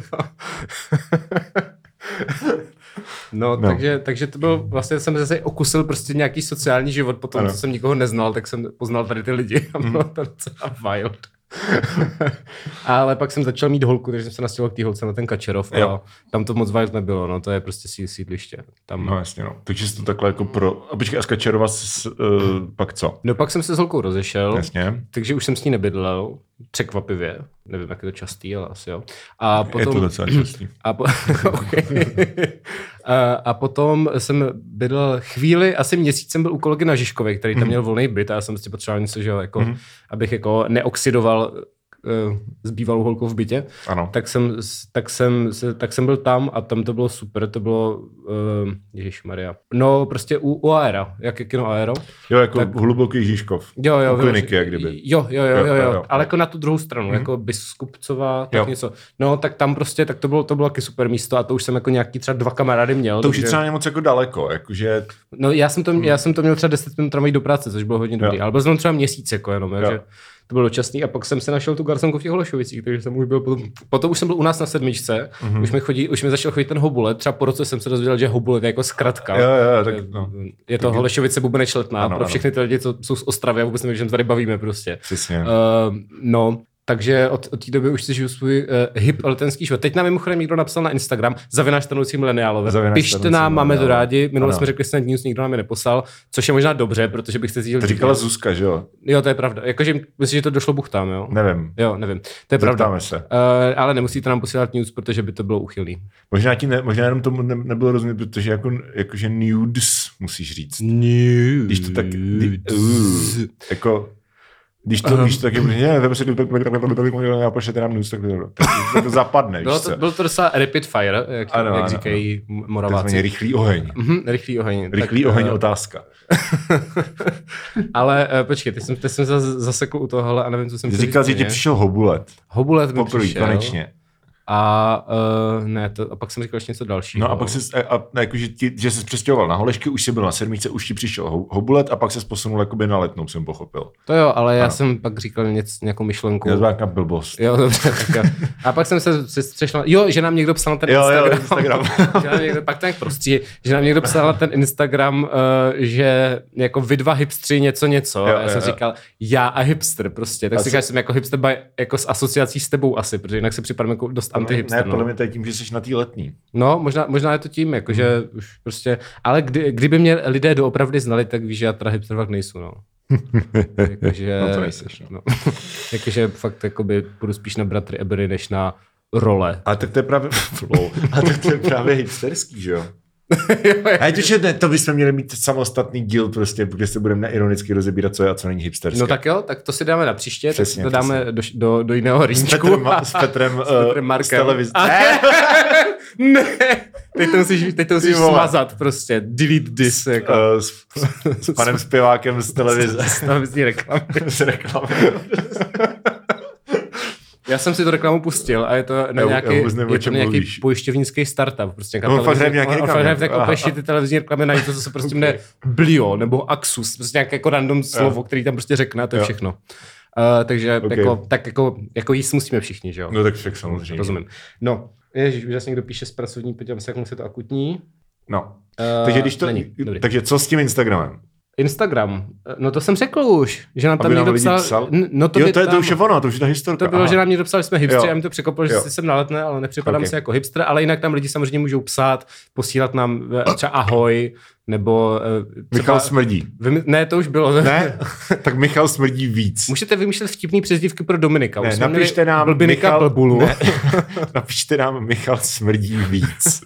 No. no. Takže, takže to byl, vlastně jsem zase okusil prostě nějaký sociální život, potom, Ano. Hmm. co jsem nikoho neznal, tak jsem poznal tady ty lidi a bylo to docela wild. Ale pak jsem začal mít holku, takže jsem se nastěhoval k té holce na ten Kačerov a Jo. tam to moc wild nebylo, no to je prostě sí- sídliště. Tam. No No. jasně, no. Takže jsi to takhle jako pro... A počkej, Aska Čerova, s, uh, pak co? no pak jsem se s holkou rozešel, Jasně. takže už jsem s ní nebydlel, překvapivě, nevím, jak je to častý, ale asi jo. A potom... Je to docela častý. A, po, okay. a, a potom jsem bydlel chvíli, asi měsíc jsem byl u kolegy na Žižkově, který tam měl volný byt a já jsem si potřeboval něco, že jo, jako, abych jako neoxidoval eh, zbývalou holkou v bytě. Ano. Tak jsem, s- tak, jsem, se- tak jsem byl tam a tam to bylo super, to bylo, eh, Ježíš Maria. No prostě u, u Aera, jak je kino Aero. Jo, jako tak- hluboký Žižkov. Jo, jo, U kliniky, vyloženě. jak kdyby. Jo, jo, jo, jo, jo, ale jo. Mhm. jako na tu druhou stranu, jako Biskupcová, tak Jo. něco. No, tak tam prostě, tak to bylo, to bylo taky super místo a to už jsem jako nějaký třeba dva kamarády měl. To už je No, takže- třeba Mhm. moc jako daleko, jakože... No, já jsem, to, já jsem to měl třeba 10 minut tramvají do práce, což bylo hodně dobrý, ale byl jsem tam třeba měsíc, jako jenom, jo. že to bylo dočasný. A pak jsem se našel tu garsonku v těch Holešovicích, takže jsem už byl potom, potom už jsem byl u nás na sedmičce, Mhm. už, mi chodí, už mi začal chodit ten hobulet, třeba po roce jsem se dozvěděl, že hobulet je jako zkratka. Jo, jo, jo, tak no. Je to Holešovice Bubeneč Letná, Ano, pro ano. všechny ty lidi, co jsou z Ostravy, já vůbec nevím, že tady bavíme prostě. Přesně. Uh, no, takže od, od té doby už si žiju svůj uh, hip letenský život. Teď nám mimochodem někdo napsal na Instagram, zavináš starnoucí mileniálové. Zavináč Pište starnoucí nám, máme to mileniálové. rádi. Minule Ano. jsme řekli snad news, nikdo nám je neposlal, což je možná dobře, protože bych se cítil... To říkala Zuzka, že jo? Jo, to je pravda. Jakože myslím, že to došlo buchtám, jo? Nevím. Jo, nevím. To je pravda. Zeptáme se. Uh, ale nemusíte nám posílat news, protože by to bylo uchylný. Možná, ti ne, možná jenom tomu ne, nebylo rozumět, protože jako, jakože nudes musíš říct. News. Když to tak... kdy- Uh, jako... Když to, když to taky... Ne, ne, to prostě... Já pošlete nám nůz, tak to- tak to- tak to zapadne, víš Bylo co? No, to, bylo to docela rapid fire, jak, Ano, ano, jak ano, říkají ano. Takzvaně moraváci. rychlý oheň. Mhm, rychlý oheň. Rychlý Tak, oheň eh, otázka. Ale uh, počkej, teď jsem, teď jsem zase zasekl u tohohle a nevím, co jsem chtěl Říkal, říct, že ti ne? přišel hobulet. Hobulet mi Poprvé, přišel. konečně. A uh, ne, to, a pak jsem říkal ještě něco dalšího. No a pak se, a, a, jako, že, ti, že se přestěhoval na Holešky, už jsi byl na sedmičce, už ti přišel ho- hobulet a pak se posunul jakoby na letnou, jsem pochopil. To jo, ale já Ano. jsem pak říkal něco, nějakou myšlenku. Já to byla nějaká blbost. Jo, dobře, tak jo. A pak jsem se se přešla, jo, že nám někdo psal na ten Jo, jo, Instagram. Instagram. že nám někdo, pak to nějak prostří, že nám někdo psal na ten Instagram, uh, že jako vy dva hipstři něco něco. Jo, Jo, a já jo, jsem jo. říkal, já a hipster prostě. Tak A si co- říkal, že jsem jako hipster by, jako s asociací s tebou asi, protože jinak si připadám jako dost Ne, antihipster. podle no. mě to je tím, že jsi na té letní. No, možná, možná je to tím, jakože Hmm. už prostě, ale kdy, kdyby mě lidé doopravdy znali, tak víš, že já teda hipster fakt nejsou, no. Jako, jakože, No to nejseš, no. jakože Jako, fakt jakoby půjdu spíš na bratry Ebery, než na role. No, A tak to je právě... Wow. A tak to je právě hipsterský, že jo? A to, že ne, to bychom měli mít samostatný díl prostě, kde se budeme neironicky rozebírat, co je a co není hipsterské. No tak jo, tak to si dáme na příště, Přesně, přesně, tak si to dáme do, do, do jiného S rýčku. Petrem, s Petrem, S Petrem eh, z Markem. televize. A- Ne, ne, teď to musíš, teď to musíš vole. smazat prostě, delete this, jako. eh, s, s, panem zpěvákem z televize. Televizní reklamy. z reklamy. Já jsem si tu reklamu pustil a je to na Já- já nějaký, vůbec nevím, o je to čem na nějaký mluvíš. pojišťovnický startup. Prostě On fakt hraje v nějaký on, on reklamě. fakt hraje v jako Aha. peši ty televizní reklamy na něco, co se prostě jmenuje Blio nebo Axus, prostě nějaké jako random slovo, který tam prostě řekne a to je Jo. všechno. Uh, takže Ok. jako, tak jako, jako jíst musíme všichni, že jo? No tak však samozřejmě. Rozumím. No, ježiš, už zase někdo píše z pracovní, podívám se, jak mu se to akutní. No. Eh, Takže, když to, není, dobrý. takže co s tím Instagramem? Instagram. No to jsem řekl už, že nám tam Aby nám někdo lidi psal. psal? N- No to To jo, by to, je, to tam- už je ono, to už je ta historka. to bylo, Aha. že nám někdo psal, že jsme hipstři, Jo. a mi to překopilo, že Jo. si jsem naletne, ale nepřipadám Ok. si jako hipster, ale jinak tam lidi samozřejmě můžou psát, posílat nám eh, třeba ahoj, nebo eh, třeba... Michal smrdí. Vymy... Ne, to už bylo. Ne? tak Michal smrdí víc. Můžete vymýšlet vtipný přezdívky pro Dominika. Ne, Už jsme měli napište nám blbinika Michal- blbulu. Ne. Napište nám Michal smrdí víc.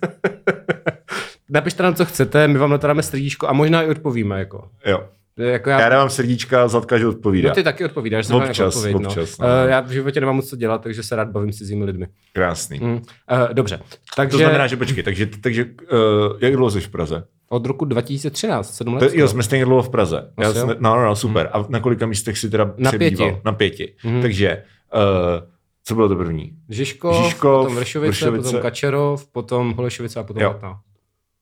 Napište nám, co chcete, my vám natádáme srdíčko a možná i odpovíme. Jako. Jo. To je Jako Já dávám srdíčka, Zlatka, že odpovídá. No ty taky odpovídáš, jsem Občas, občas, odpověď, no. občas, no. no. já v životě nemám moc co dělat, takže se rád bavím s cizími lidmi. Krásný. Mm. Uh, dobře, takže To znamená, že počkej, takže, takže uh, jak dlouho jsi v Praze? od roku 2013, 7 To, let. jo, jsme stejně dlouho v Praze. Já No, Asi jsem, jo. Mm. no, no, no, super. A na kolika místech si teda Na přebýval? pěti. Na pěti. Mhm. Takže, uh, co bylo to první? Žižkov, Žižkov, potom Vršovice, Vršovice. potom Kačerov, potom Holešovice a potom Jo. Latná.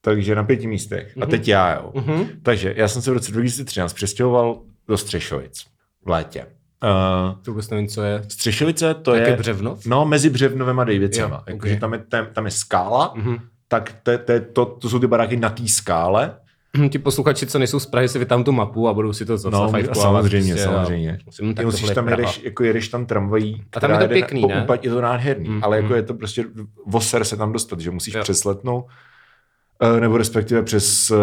Takže na pěti místech. A Mhm. teď já, jo. Mhm. Takže já jsem se v roce 2013 přestěhoval do Střešovic v létě. Uh, To vůbec nevím, co je. Střešovice to To je... je... Břevnov? No, mezi Břevnovem a Dejvicema. Jo, Jakože ok. tam, je, tam, tam je skála, Mhm. tak te, te, to, to jsou ty baráky na té skále. Mhm, Ti posluchači, co nejsou z Prahy, si vytáhnou tu mapu a budou si to No, zase fajfkovat, samozřejmě, prostě, a- samozřejmě. Musím, tak Ty tohle musíš je tam Praha. jedeš, jako jedeš tam tramvají. A tam která je to jede na- pěkný, po ne? úpatí, je to nádherný, Mm, ale jako mm. je to prostě voser se tam dostat, že musíš Jo. přesletnout, eh, nebo respektive přes eh,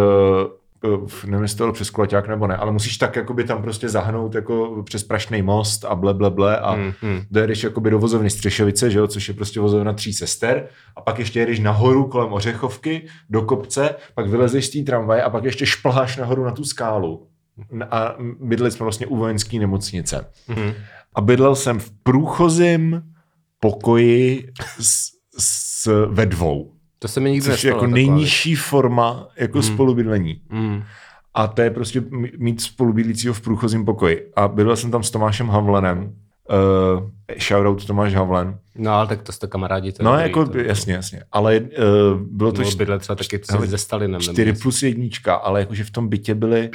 eh, nevím, jestli to bylo přes Kulaťák nebo ne, ale musíš tak jakoby tam prostě zahnout jako přes Prašný most a ble, ble, ble a Mhm. Mhm. dojedeš jakoby do vozovny Střešovice, že jo, což je prostě vozovna tří sester a pak ještě jedeš nahoru kolem Ořechovky do kopce, pak vylezeš z té tramvaje a pak ještě šplháš nahoru na tu skálu. N- A bydleli jsme vlastně u vojenské nemocnice. Mhm. A bydlel jsem v průchozím pokoji s, s, ve dvou, To se mi nikdy což je nestalo. jako taková věc. nejnižší forma jako Mhm. spolubydlení. Mhm. A to je prostě m- mít spolubydlícího v průchozím pokoji. A bydlel jsem tam s Tomášem Havlenem. Uh, shoutout Tomáš Havlen. No, ale tak to jste kamarádi. To je No dobrý, jako, to, jasně, jasně. Ale uh, bylo to To čty- bydle třeba taky hele, co se Stalinem. nebo 4 něco. plus jednička, ale jakože v tom bytě byly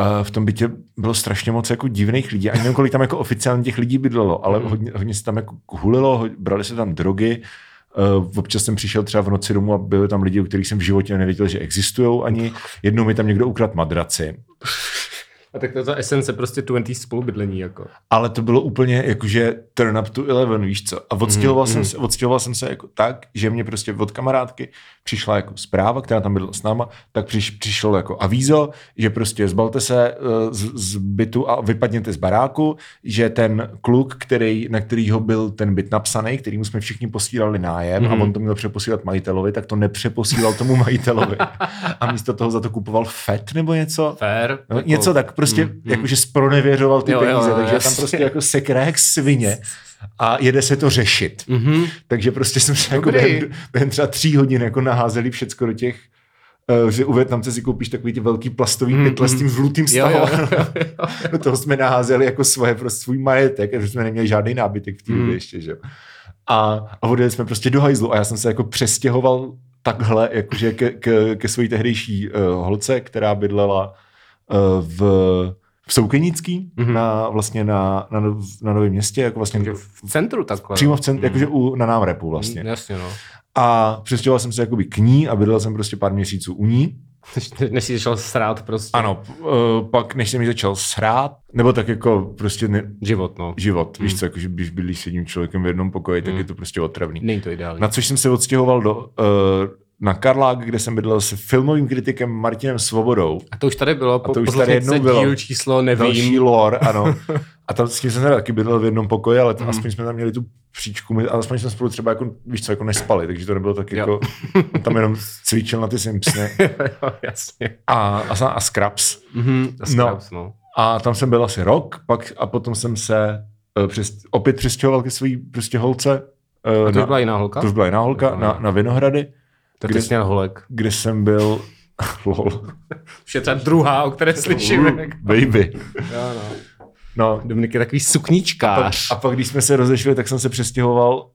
eh, v tom bytě bylo strašně moc jako divných lidí. Ani nevím, kolik tam jako oficiálně těch lidí bydlelo, ale hodně, hodně se tam jako hulilo, ho- brali se tam drogy. eh, Občas jsem přišel třeba v noci domů a byli tam lidi, u kterých jsem v životě nevěděl, že existují ani. Jednou mi tam někdo ukradl madraci. A tak to je ta esence prostě 20 spolubydlení. Jako. Ale to bylo úplně jakože turn up to 11, víš co. A odstěhoval, mm, jsem, se, odstěhoval jsem se jako tak, že mě prostě od kamarádky přišla jako zpráva, která tam bydlela s náma, tak přiš, přišlo jako avízo, že prostě zbalte se eh, z, z bytu a vypadněte z baráku, že ten kluk, který, na kterýho byl ten byt napsaný, kterýmu jsme všichni posílali nájem mm. a Mhm. on to měl přeposílat majitelovi, tak to nepřeposílal tomu majitelovi. a místo toho za to kupoval FET nebo něco. Fair. No, něco tak prostě, mm, Mm, mm. jakože spronevěřoval ty jo, Jo, jo, peníze, jo, jo, takže jasně. tam prostě jako sekra jak svině a jede se to řešit. Mhm. Takže prostě jsme se jako Dobrý. během, během třeba tří hodin jako naházeli všecko do těch, eh, že u Větnamce si koupíš takový ty velký plastový mm, Mm, pytle s tím žlutým Jo, jo, stavem. Do toho jsme naházeli jako svoje, prostě svůj majetek, protože jsme neměli žádný nábytek v té Mm. době ještě, že jo. A, a odjeli jsme prostě do hajzlu a já jsem se jako přestěhoval takhle, jakože ke, ke, ke své tehdejší uh, holce, která bydlela uh, v, v Soukenický, mm-hmm. Mhm. na, vlastně na, na, Nov- na Novém městě, jako vlastně Takže v centru takhle. přímo v centru, Mm. jakože u, na námrepu vlastně. Mm, Jasně, no. A přestěhoval jsem se jakoby k ní a bydlel jsem prostě pár měsíců u ní. Než jsi začal srát prostě Ano, p- eh, pak než jsem ji začal srát, nebo tak jako prostě ne, život, no. život, víš co, jakože když bydlíš s jedním člověkem v jednom pokoji, tak Mm. je to prostě otravný. Není to ideální. Na což jsem se odstěhoval do, uh, na Karlák, kde jsem bydlel s filmovým kritikem Martinem Svobodou. A to už tady bylo, po, to už poslouchejte tady jednou se bylo. díl číslo, nevím. Další lore, ano. A tam s tím jsem teda taky bydlel v jednom pokoji, ale Mhm. tam, aspoň jsme tam měli tu příčku, my, alespoň jsme spolu třeba jako, víš co, jako nespali, takže to nebylo tak Jo. jako, on tam jenom cvičil na ty Simpsony jo, jasně. a, a, a Scraps. Mhm, a Scraps, no. A tam jsem byl asi rok, pak, a potom jsem se eh, přes, opět přestěhoval ke své prostě holce. eh, A to na- už byla jiná holka? to už byla jiná holka, na, na Vinohrady, Tak kde- ty jsi měl holek. kde jsem byl, lol, Už je ta druhá, o které slyšíme. baby. jo, no. No, Dominik je takový sukníčkář. a pak když jsme se rozešli, tak jsem se přestěhoval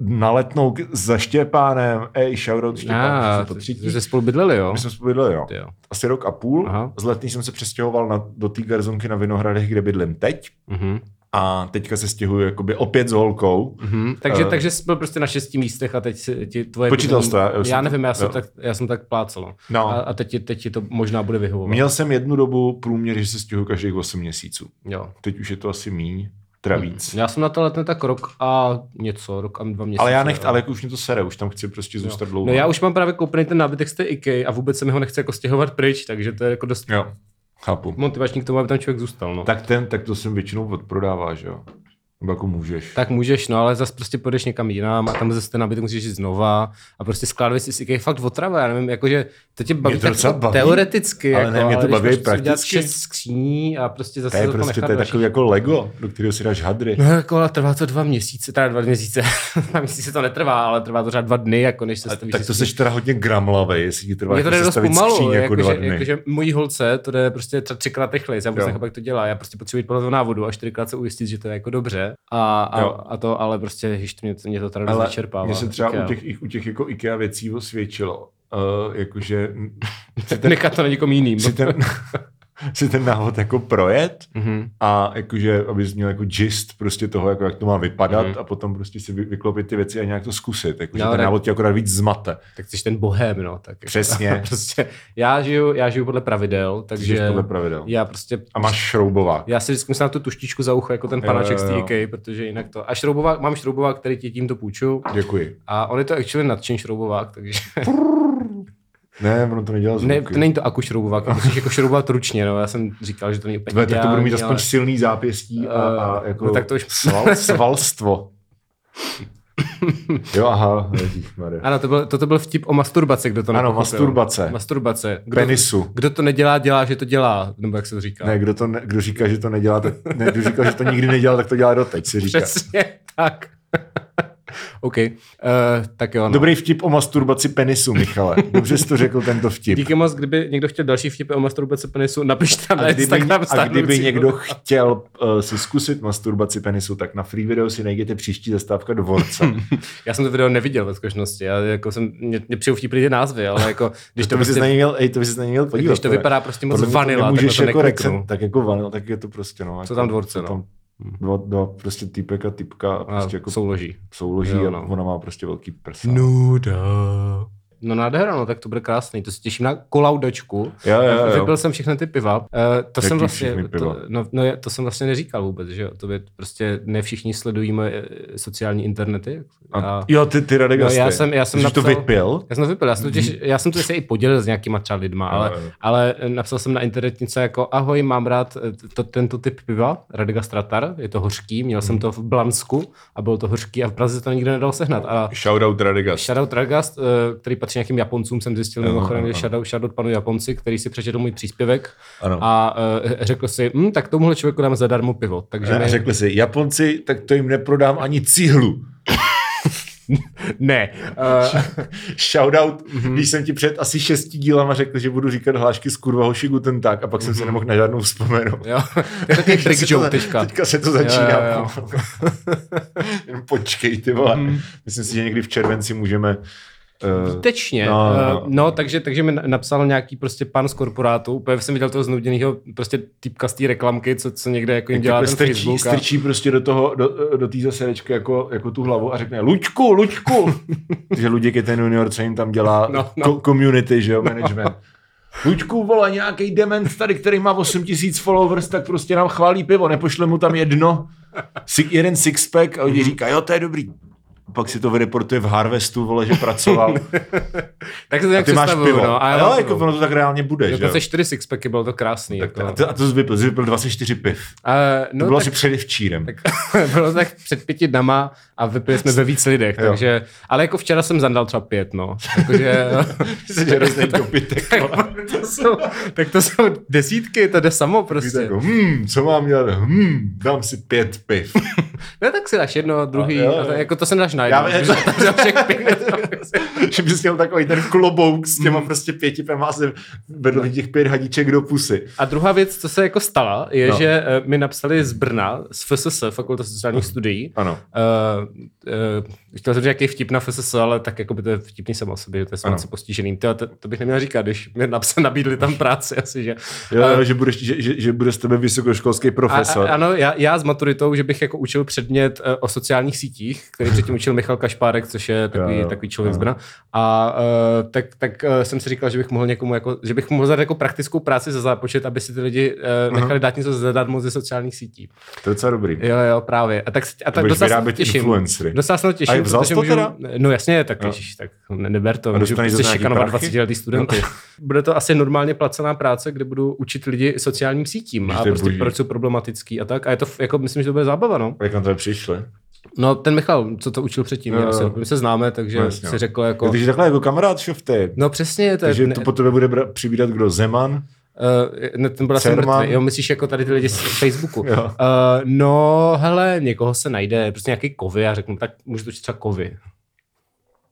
na letnou k, za Štěpánem. Ej, shoutout Štěpán, Já, že se patří. že jste spolu bydleli, jo? My jsme spolu bydleli, jo. Ty jo. Asi rok a půl. Aha. Z letní jsem se přestěhoval na, do té garzonky na Vinohradech, kde bydlím teď. Mhm. a teďka se stěhuju jakoby opět s holkou. Mhm. Takže, Eh. takže jsi byl prostě na šesti místech a teď si- ti tvoje... Počítal jsi to, já- já já, já jsem- nevím, já jsem, jo. tak, já jsem tak plácel. No. A, a teď, ti- teď ti to možná bude vyhovovat. Měl jsem jednu dobu průměr, že se stěhuju každých 8 měsíců. Jo. Teď už je to asi míň, teda víc. Já jsem na to letne tak rok a něco, rok a dva měsíce. Ale já nech, jo. ale jako už mě to sere, už tam chci prostě Jo. zůstat dlouho. No já už mám právě koupený ten nábytek z té IKEA a vůbec se mi ho nechce jako stěhovat pryč, takže to je jako dost Jo, chápu. motivační k tomu, aby tam člověk zůstal. No. Tak ten, tak to jsem většinou odprodává, že jo? Nebo jako můžeš. tak můžeš, no ale zase prostě půjdeš někam jinam a tam zase ten nábytek můžeš jít znova a prostě skládat si z IKEA fakt otrava, já nevím, jakože to tě baví, to docela tak baví, teoreticky, ale jako, ne, mě to když baví máš prostě udělat prakticky. šest skříní a prostě To zase je za to prostě nechat to je další. takový jako Lego, do kterého si dáš hadry. No jako, ale trvá to dva měsíce, teda dva měsíce, dva měsíce to netrvá, ale trvá to třeba dva dny, jako než se A stavíš tak si to skříň. seš teda hodně gramlavej, jestli ti trvá Mě to jde dost sestavit pomalu, skříň jako dva jakože, dny. jakože mojí holce to jde prostě třeba třikrát rychleji, já vůbec Jo. nechápu, jak to dělá, já prostě potřebuji jít podle toho návodu a čtyřikrát se ujistit, že to je jako dobře a, a, Jo. a to, ale prostě ještě mě, to- mě to teda dost Ale vyčerpává. mně se třeba Tak u já- těch, i- u těch jako IKEA věcí osvědčilo, uh, jakože Nechat to na někom jiným. no. si ten, si ten návod jako projet Mhm. a jakože, abys měl jako gist prostě toho, jako jak to má vypadat Mhm. a potom prostě si vy- vyklopit ty věci a nějak to zkusit. Jakože No, ten tak- návod tě akorát víc zmate. Tak jsi ten bohem, no. Tak jako- Přesně. prostě, já, žiju, já žiju podle pravidel, Takže takže podle pravidel. já prostě... A máš šroubovák. Já si vždycky musím na tu tuštičku za ucho, jako ten Jo, panaček z jo, jo. TK, protože jinak to... A šroubovák, mám šroubovák, který ti tímto půjču. Děkuji. A on je to actually nadšen šroubovák, takže... Ne, ono to nedělal Ne, zvuky. to není to aku šroubovák, to musíš jako šroubovat ručně, no. Já jsem říkal, že to není úplně Tvé, tak to budu mít ideální, aspoň silný zápěstí a, a Eh, jako no tak to už- sval, svalstvo. jo, aha, ježišmarja. Ano, to byl, toto byl vtip o masturbaci, kdo to Ano, nepochopil. masturbace. Masturbace. Kdo, Penisu. kdo to nedělá, dělá, že to dělá, nebo jak se to říká. Ne, kdo, to ne, kdo říká, že to nedělá, tak, ne, kdo říká, že to nikdy nedělal, tak to dělá doteď, si říká. Přesně tak. OK, uh, tak jo. No. Dobrý vtip o masturbaci penisu, Michale. Dobře jsi to řekl, tento vtip. Díky moc, kdyby někdo chtěl další vtipy o masturbaci penisu, napište tam na A kdyby, Instagram a kdyby stárnoucího. někdo chtěl uh, si zkusit masturbaci penisu, tak na free video si najděte příští zastávka dvorce. Já jsem to video neviděl ve skutečnosti, já jako jsem, mě, mě přijou vtipný ty názvy, ale jako, když to, to, by prostě, si na něj měl, ej, to by si na něj měl podívat. když to teda. vypadá prostě moc Podle mě to vanila, tak na nemůžeš to jako nekliknu. recen, tak jako vanil, tak je to prostě no. Jsou jako, tam dvorce, jsou no. Tam dva, dva, prostě týpek a typka a A prostě jako souloží. souloží Jo, jo, no. a ona má prostě velký prsa. Nuda. No nádhera, no tak to bude krásný, to se těším na kolaudačku. Jo, jo, jo. Vypil jsem všechny ty piva. Uh, to Jaký jsem vlastně, všechny piva? to, no, no, je- to jsem vlastně neříkal vůbec, že jo. To by prostě ne všichni sledují moje eh, sociální internety. A, A, jo, ty, ty Radek Jo, Gastej. já jsem- já jsem Jsi to napsal- vypil? Mhm. já jsem to vypil, já jsem to, těž, já jsem to se i podělil s nějakýma třeba lidma, ale, jo. ale eh, napsal jsem na internet něco jako ahoj, mám rád eh, to, tento typ piva, Radega Stratar, je to hořký, měl Mhm. jsem to v Blansku a bylo to hořký a v Praze to nikdo nedal sehnat. A Shoutout Radega. Shoutout Ragast, eh, který patří nějakým Japoncům, jsem zjistil Ano, mimochodem, ano, že ano. shoutout, shoutout panu Japonci, který si přečetl můj příspěvek Ano. a eh, řekl si, hm, tak tomuhle člověku dáme zadarmo pivo. Takže Eh, A mi... řekli si, Japonci, tak to jim neprodám ani cihlu. ne. eh, Shoutout, Mhm. mm-hmm. když jsem ti před asi šesti dílama řekl, že budu říkat hlášky z kurva hošigu ten tak a pak Mhm. jsem mm-hmm. se nemohl na žádnou vzpomenout. jo, to je takový Takže se trick to- joke teďka. Teďka se to začíná. Jo, Hmm. jo, pomalu. Jen počkej, ty vole. Myslím si, že někdy v červenci můžeme... Uh, Tečně. No, No, no, no. no, takže, takže mi na- napsal nějaký prostě pan z korporátu, úplně jsem viděl toho znuděného prostě typka z té reklamky, co, co někde jako jim dělá ten strčí, Facebook. A... strčí prostě do toho, do, do té zasedečky jako, jako tu hlavu a řekne Luďku, Luďku! že Luděk je ten junior, co jim tam dělá No, no, no. no. Co, community, že jo, management. Luďku, vole, nějaký dement tady, který má 8 tisíc followers, tak prostě nám chválí pivo, nepošle mu tam jedno, si, jeden sixpack a lidi říká, jo, to je dobrý. A pak si to vyreportuje v Harvestu, vole, že pracoval. Tak se to nějak Ty máš představuju, pivo. no. A já jo, mám jako pivo. ono to tak reálně bude, že jo. Dokonce čtyři sixpacky, bylo to krásný. Tak, jako. a to, a to jsi vypil, jsi vypil 24 piv. Eh, no, To bylo tak- asi předevčírem. Tak bylo tak před pěti dnama a vypili jsme ve víc lidech, Jo. takže, ale jako včera jsem zandal třeba pět, no. Takže, Jsi hrozný dobytek. vole. to jsou, tak to jsou desítky, to jde samo Víte, prostě. Jako, hmm, co mám dělat? Hmm, dám si pět piv. Ne, No tak si dáš jedno, druhý, A a, jo, to, jo. jako to se dáš na Já jedno. vím, protože za všech pět. že bys měl takový ten klobouk s Hmm. těma prostě pěti pivama a se vedl těch pět hadíček do pusy. A druhá věc, co se jako stala, je, no. No. že eh, mi napsali z Brna, z FSS, Fakulta sociálních studií, Ano. eh, eh, Chtěl jsem říct, jaký vtip na FSS, ale tak jako by to je vtipný sam o sobě, že to je Ano. smrce postiženým. To, to, to, bych neměl říkat, když mi napsa, nabídli tam práci asi, že. Eh, Jo, Ale- jo, že, budeš, že, že, že bude z tebe vysokoškolský profesor. A, a, ano, já, já, s maturitou, že bych jako učil předmět eh, o sociálních sítích, který předtím učil Michal Kašpárek, což je takový, Jo, jo, takový člověk jo. z Brna. A eh, tak, tak eh, jsem si říkal, že bych mohl někomu jako, že bych mohl zadat jako praktickou práci za zápočet, aby si ty lidi eh, nechali dát něco zadarmo ze sociálních sítí. To je docela dobrý. Jo, jo, právě. A tak, a tak budeš docela se na to vyrábět těším. influencery. Docela se na to těším. A je vzal protože jsi to můžu- teda? No jasně, tak, Jo. ježiš, tak ne- neber to. A Můžu dostaneš za to prostě nějaký šikanovat prachy? 20 letý studenty. Bude to asi normálně placená práce, kde budu učit lidi sociálním sítím Ježiš, a to je prostě boží. proč jsou problematický a tak. A je to, f- jako, myslím, že to bude zábava, no. Jak na to přišli? No, ten Michal, co to učil předtím, Jo, já jo. se, my se známe, takže No, jasně, si jo. řekl jako... Jako... Takže takhle jako kamarád šofty. No přesně, to je, Takže ne, to po tebe bude bra- přibírat kdo? Zeman? eh, ne, ten byl asi Cerman. mrtvý. Jo, myslíš jako tady ty lidi z Facebooku. Jo. Uh, no, hele, někoho se najde, prostě nějaký kovy, já řeknu, tak můžu to číst třeba kovy.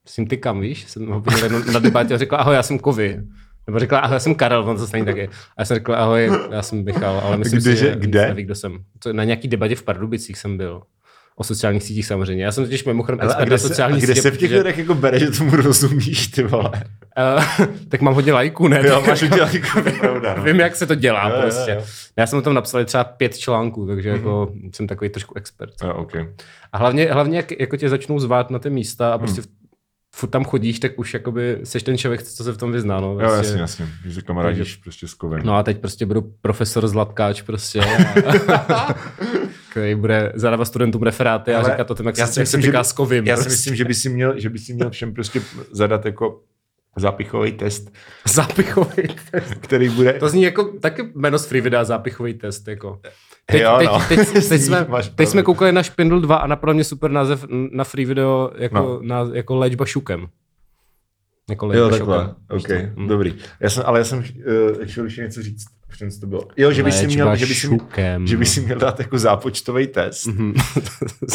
Myslím, ty kam, víš? Jsem ho viděl jednou na debatě a řekl, ahoj, já jsem kovy. Nebo řekla, ahoj, já jsem Karel, on zase není taky. A já jsem řekl, ahoj, já jsem Michal, ale myslím Kde, si, že že- kde? nic neví, kdo jsem. To, na nějaký debatě v Pardubicích jsem byl. O sociálních sítích samozřejmě. Já jsem totiž mimochodem Ale a expert na kde, se, a sociální kde sítě, se v těch protože, lidech jako bere, že tomu rozumíš, ty vole? eh, tak mám hodně lajků, ne? Jo, máš udělat jako to je pravda. no. Vím, jak se to dělá Jo, jo, prostě. jo. Mhm. Já jsem o tom napsal třeba pět článků, takže jako jsem takový trošku expert. Jo, okay. A hlavně, hlavně jak jako tě začnou zvát na ty místa a Mhm. prostě hmm. furt tam chodíš, tak už jakoby seš ten člověk, co se v tom vyzná. No, jo prostě. jasně, jasně. Že se kamarádíš prostě s kovem. no a teď prostě budu profesor Zlatkáč prostě, a- který bude zadávat studentům referáty a Ale říkat o tom, jak já se, si jak se myslím, že říká by- s kovím. Já si prostě. myslím, že by si měl, že by si měl všem prostě zadat jako zápichový test, Zápichový test. který bude... To zní jako taky jméno z Free vydá zápichový test. Jako. Teď, Jo, teď, no. teď, teď, Zní, jsme, máš teď jsme pravdu. koukali na Špindl 2 a napadl mě super název na Free video jako, No. no. na, jako léčba šukem. Jako léčba Jo, takhle. šukem. OK, Mm. dobrý. Já jsem, ale já jsem uh, chtěl ještě něco říct. V čem to bylo? Jo, že by si měl, že by si, Mm. šukem. že by si měl dát jako zápočtový test Mhm.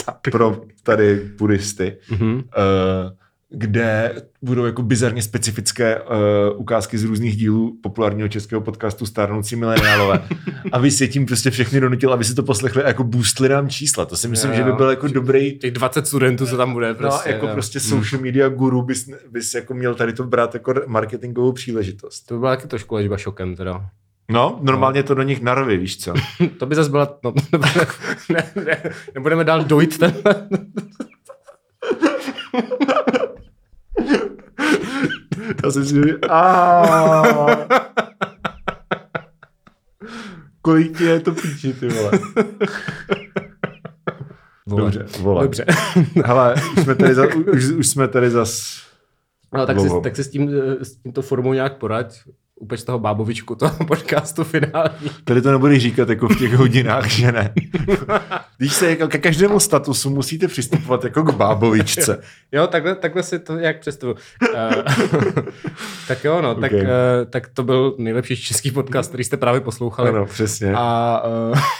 Zápich. pro tady puristy, Mhm. uh, kde budou jako bizarně specifické uh, ukázky z různých dílů populárního českého podcastu Stárnoucí mileniálové. a vy si tím prostě všechny donutil, aby si to poslechli a jako boostli nám čísla. To si myslím, Jo, že by jo. byl jako dobrý Těch 20 studentů, co tam bude. Prostě, no, jako jo. prostě Mm. social media guru bys, bys jako měl tady to brát jako marketingovou příležitost. To by byla taky trošku léčba šokem teda. No, normálně to do nich narvy, víš co? To by zase byla... No, ne, ne, nebudeme dál dojít tenhle. Já jsem si Aaaa. Kolik ti je to píči, ty vole? Vole. Dobře, vole. Dobře. Hele, už jsme tady, za, už, už jsme tady zas... No, tak, si, dlouho. tak si s, tím, eh, s tímto formou nějak poraď. Upeč toho bábovičku, toho podcastu finální. Tady to nebudeš říkat jako v těch hodinách, že ne. Když se jako ke každému statusu musíte přistupovat jako k bábovičce. Jo, takhle, takhle si to jak představu. Eh, tak jo, no, tak, Ok. eh, tak to byl nejlepší český podcast, který jste právě poslouchali. Ano, přesně. A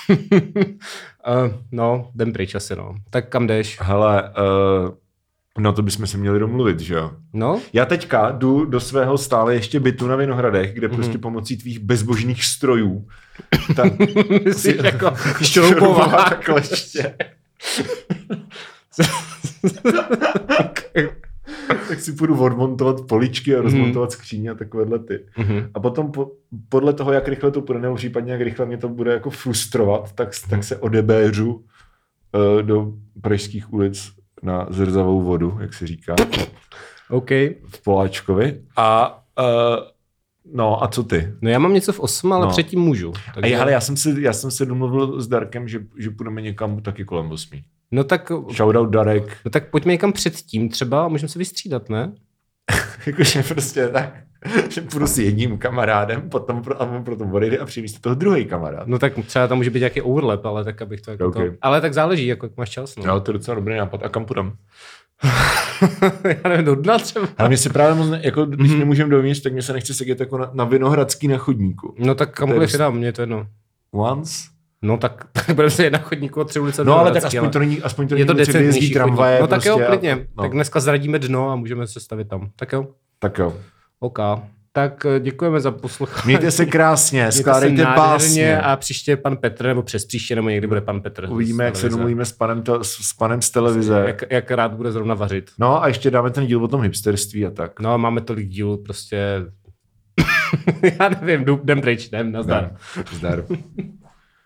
uh, no, jdem pryč asi, no. Tak kam jdeš? Hele, uh, no to bychom se měli domluvit, že jo? No, Já teďka jdu do svého stále ještě bytu na Vinohradech, kde Mhm. mm-hmm. prostě pomocí tvých bezbožných strojů ta jsi jako šroubová šroubová. kleště. tak si půjdu odmontovat poličky a rozmontovat skříně a takovéhle ty. Mhm. A potom po, podle toho, jak rychle to půjde, nebo případně jak rychle mě to bude jako frustrovat, tak, tak se odebéřu uh, do pražských ulic na zrzavou vodu, jak se říká, OK. v Poláčkovi. A uh, no a co ty? No já mám něco v 8, ale No. předtím můžu. A Takže... já, ale já, jsem se, já jsem se domluvil s Darkem, že, že půjdeme někam taky kolem 8. No tak Shoutout Darek. No tak pojďme někam předtím třeba a můžeme se vystřídat, ne? Jakože prostě tak, že půjdu s jedním kamarádem, potom pro, a on potom odejde a přijde místo toho druhý kamarád. No tak třeba tam může být nějaký overlap, ale tak abych to jako Okay. to... Ale tak záleží, jako jak máš čas, no. No, to je docela dobrý nápad. A kam půjdem? Já nevím, do dna třeba. Ale mě se právě moc, ne, jako když mm-hmm. nemůžeme dovnitř, tak mě se nechce sedět jako na, na Vinohradský na chodníku. No tak To je kamkoliv dost- si dám, mě je to jedno. Once? No tak, tak budeme se jedna chodníku a tři ulice. No, ale tak Vinohradský, aspoň to není, aspoň to je není to moc, kde jezdí decentnější tramvaje. chodník. No tak prostě jo, a- klidně. No. Tak dneska zradíme dno a můžeme se stavit tam. Tak jo, Tak jo. OK. Tak eh, děkujeme za poslech. Mějte se krásně, Mějte se skládejte nádherně básně. A příště pan Petr, nebo přes příště, nebo někdy bude pan Petr. Uvidíme, z jak se televize. domluvíme s panem, to, s s panem z televize. Jak, jak rád bude zrovna vařit. No a ještě dáme ten díl o tom hipsterství a tak. No, máme tolik dílů, prostě... Já nevím, jdu- jdem pryč, jdem, nazdar. Zdar. Zdar.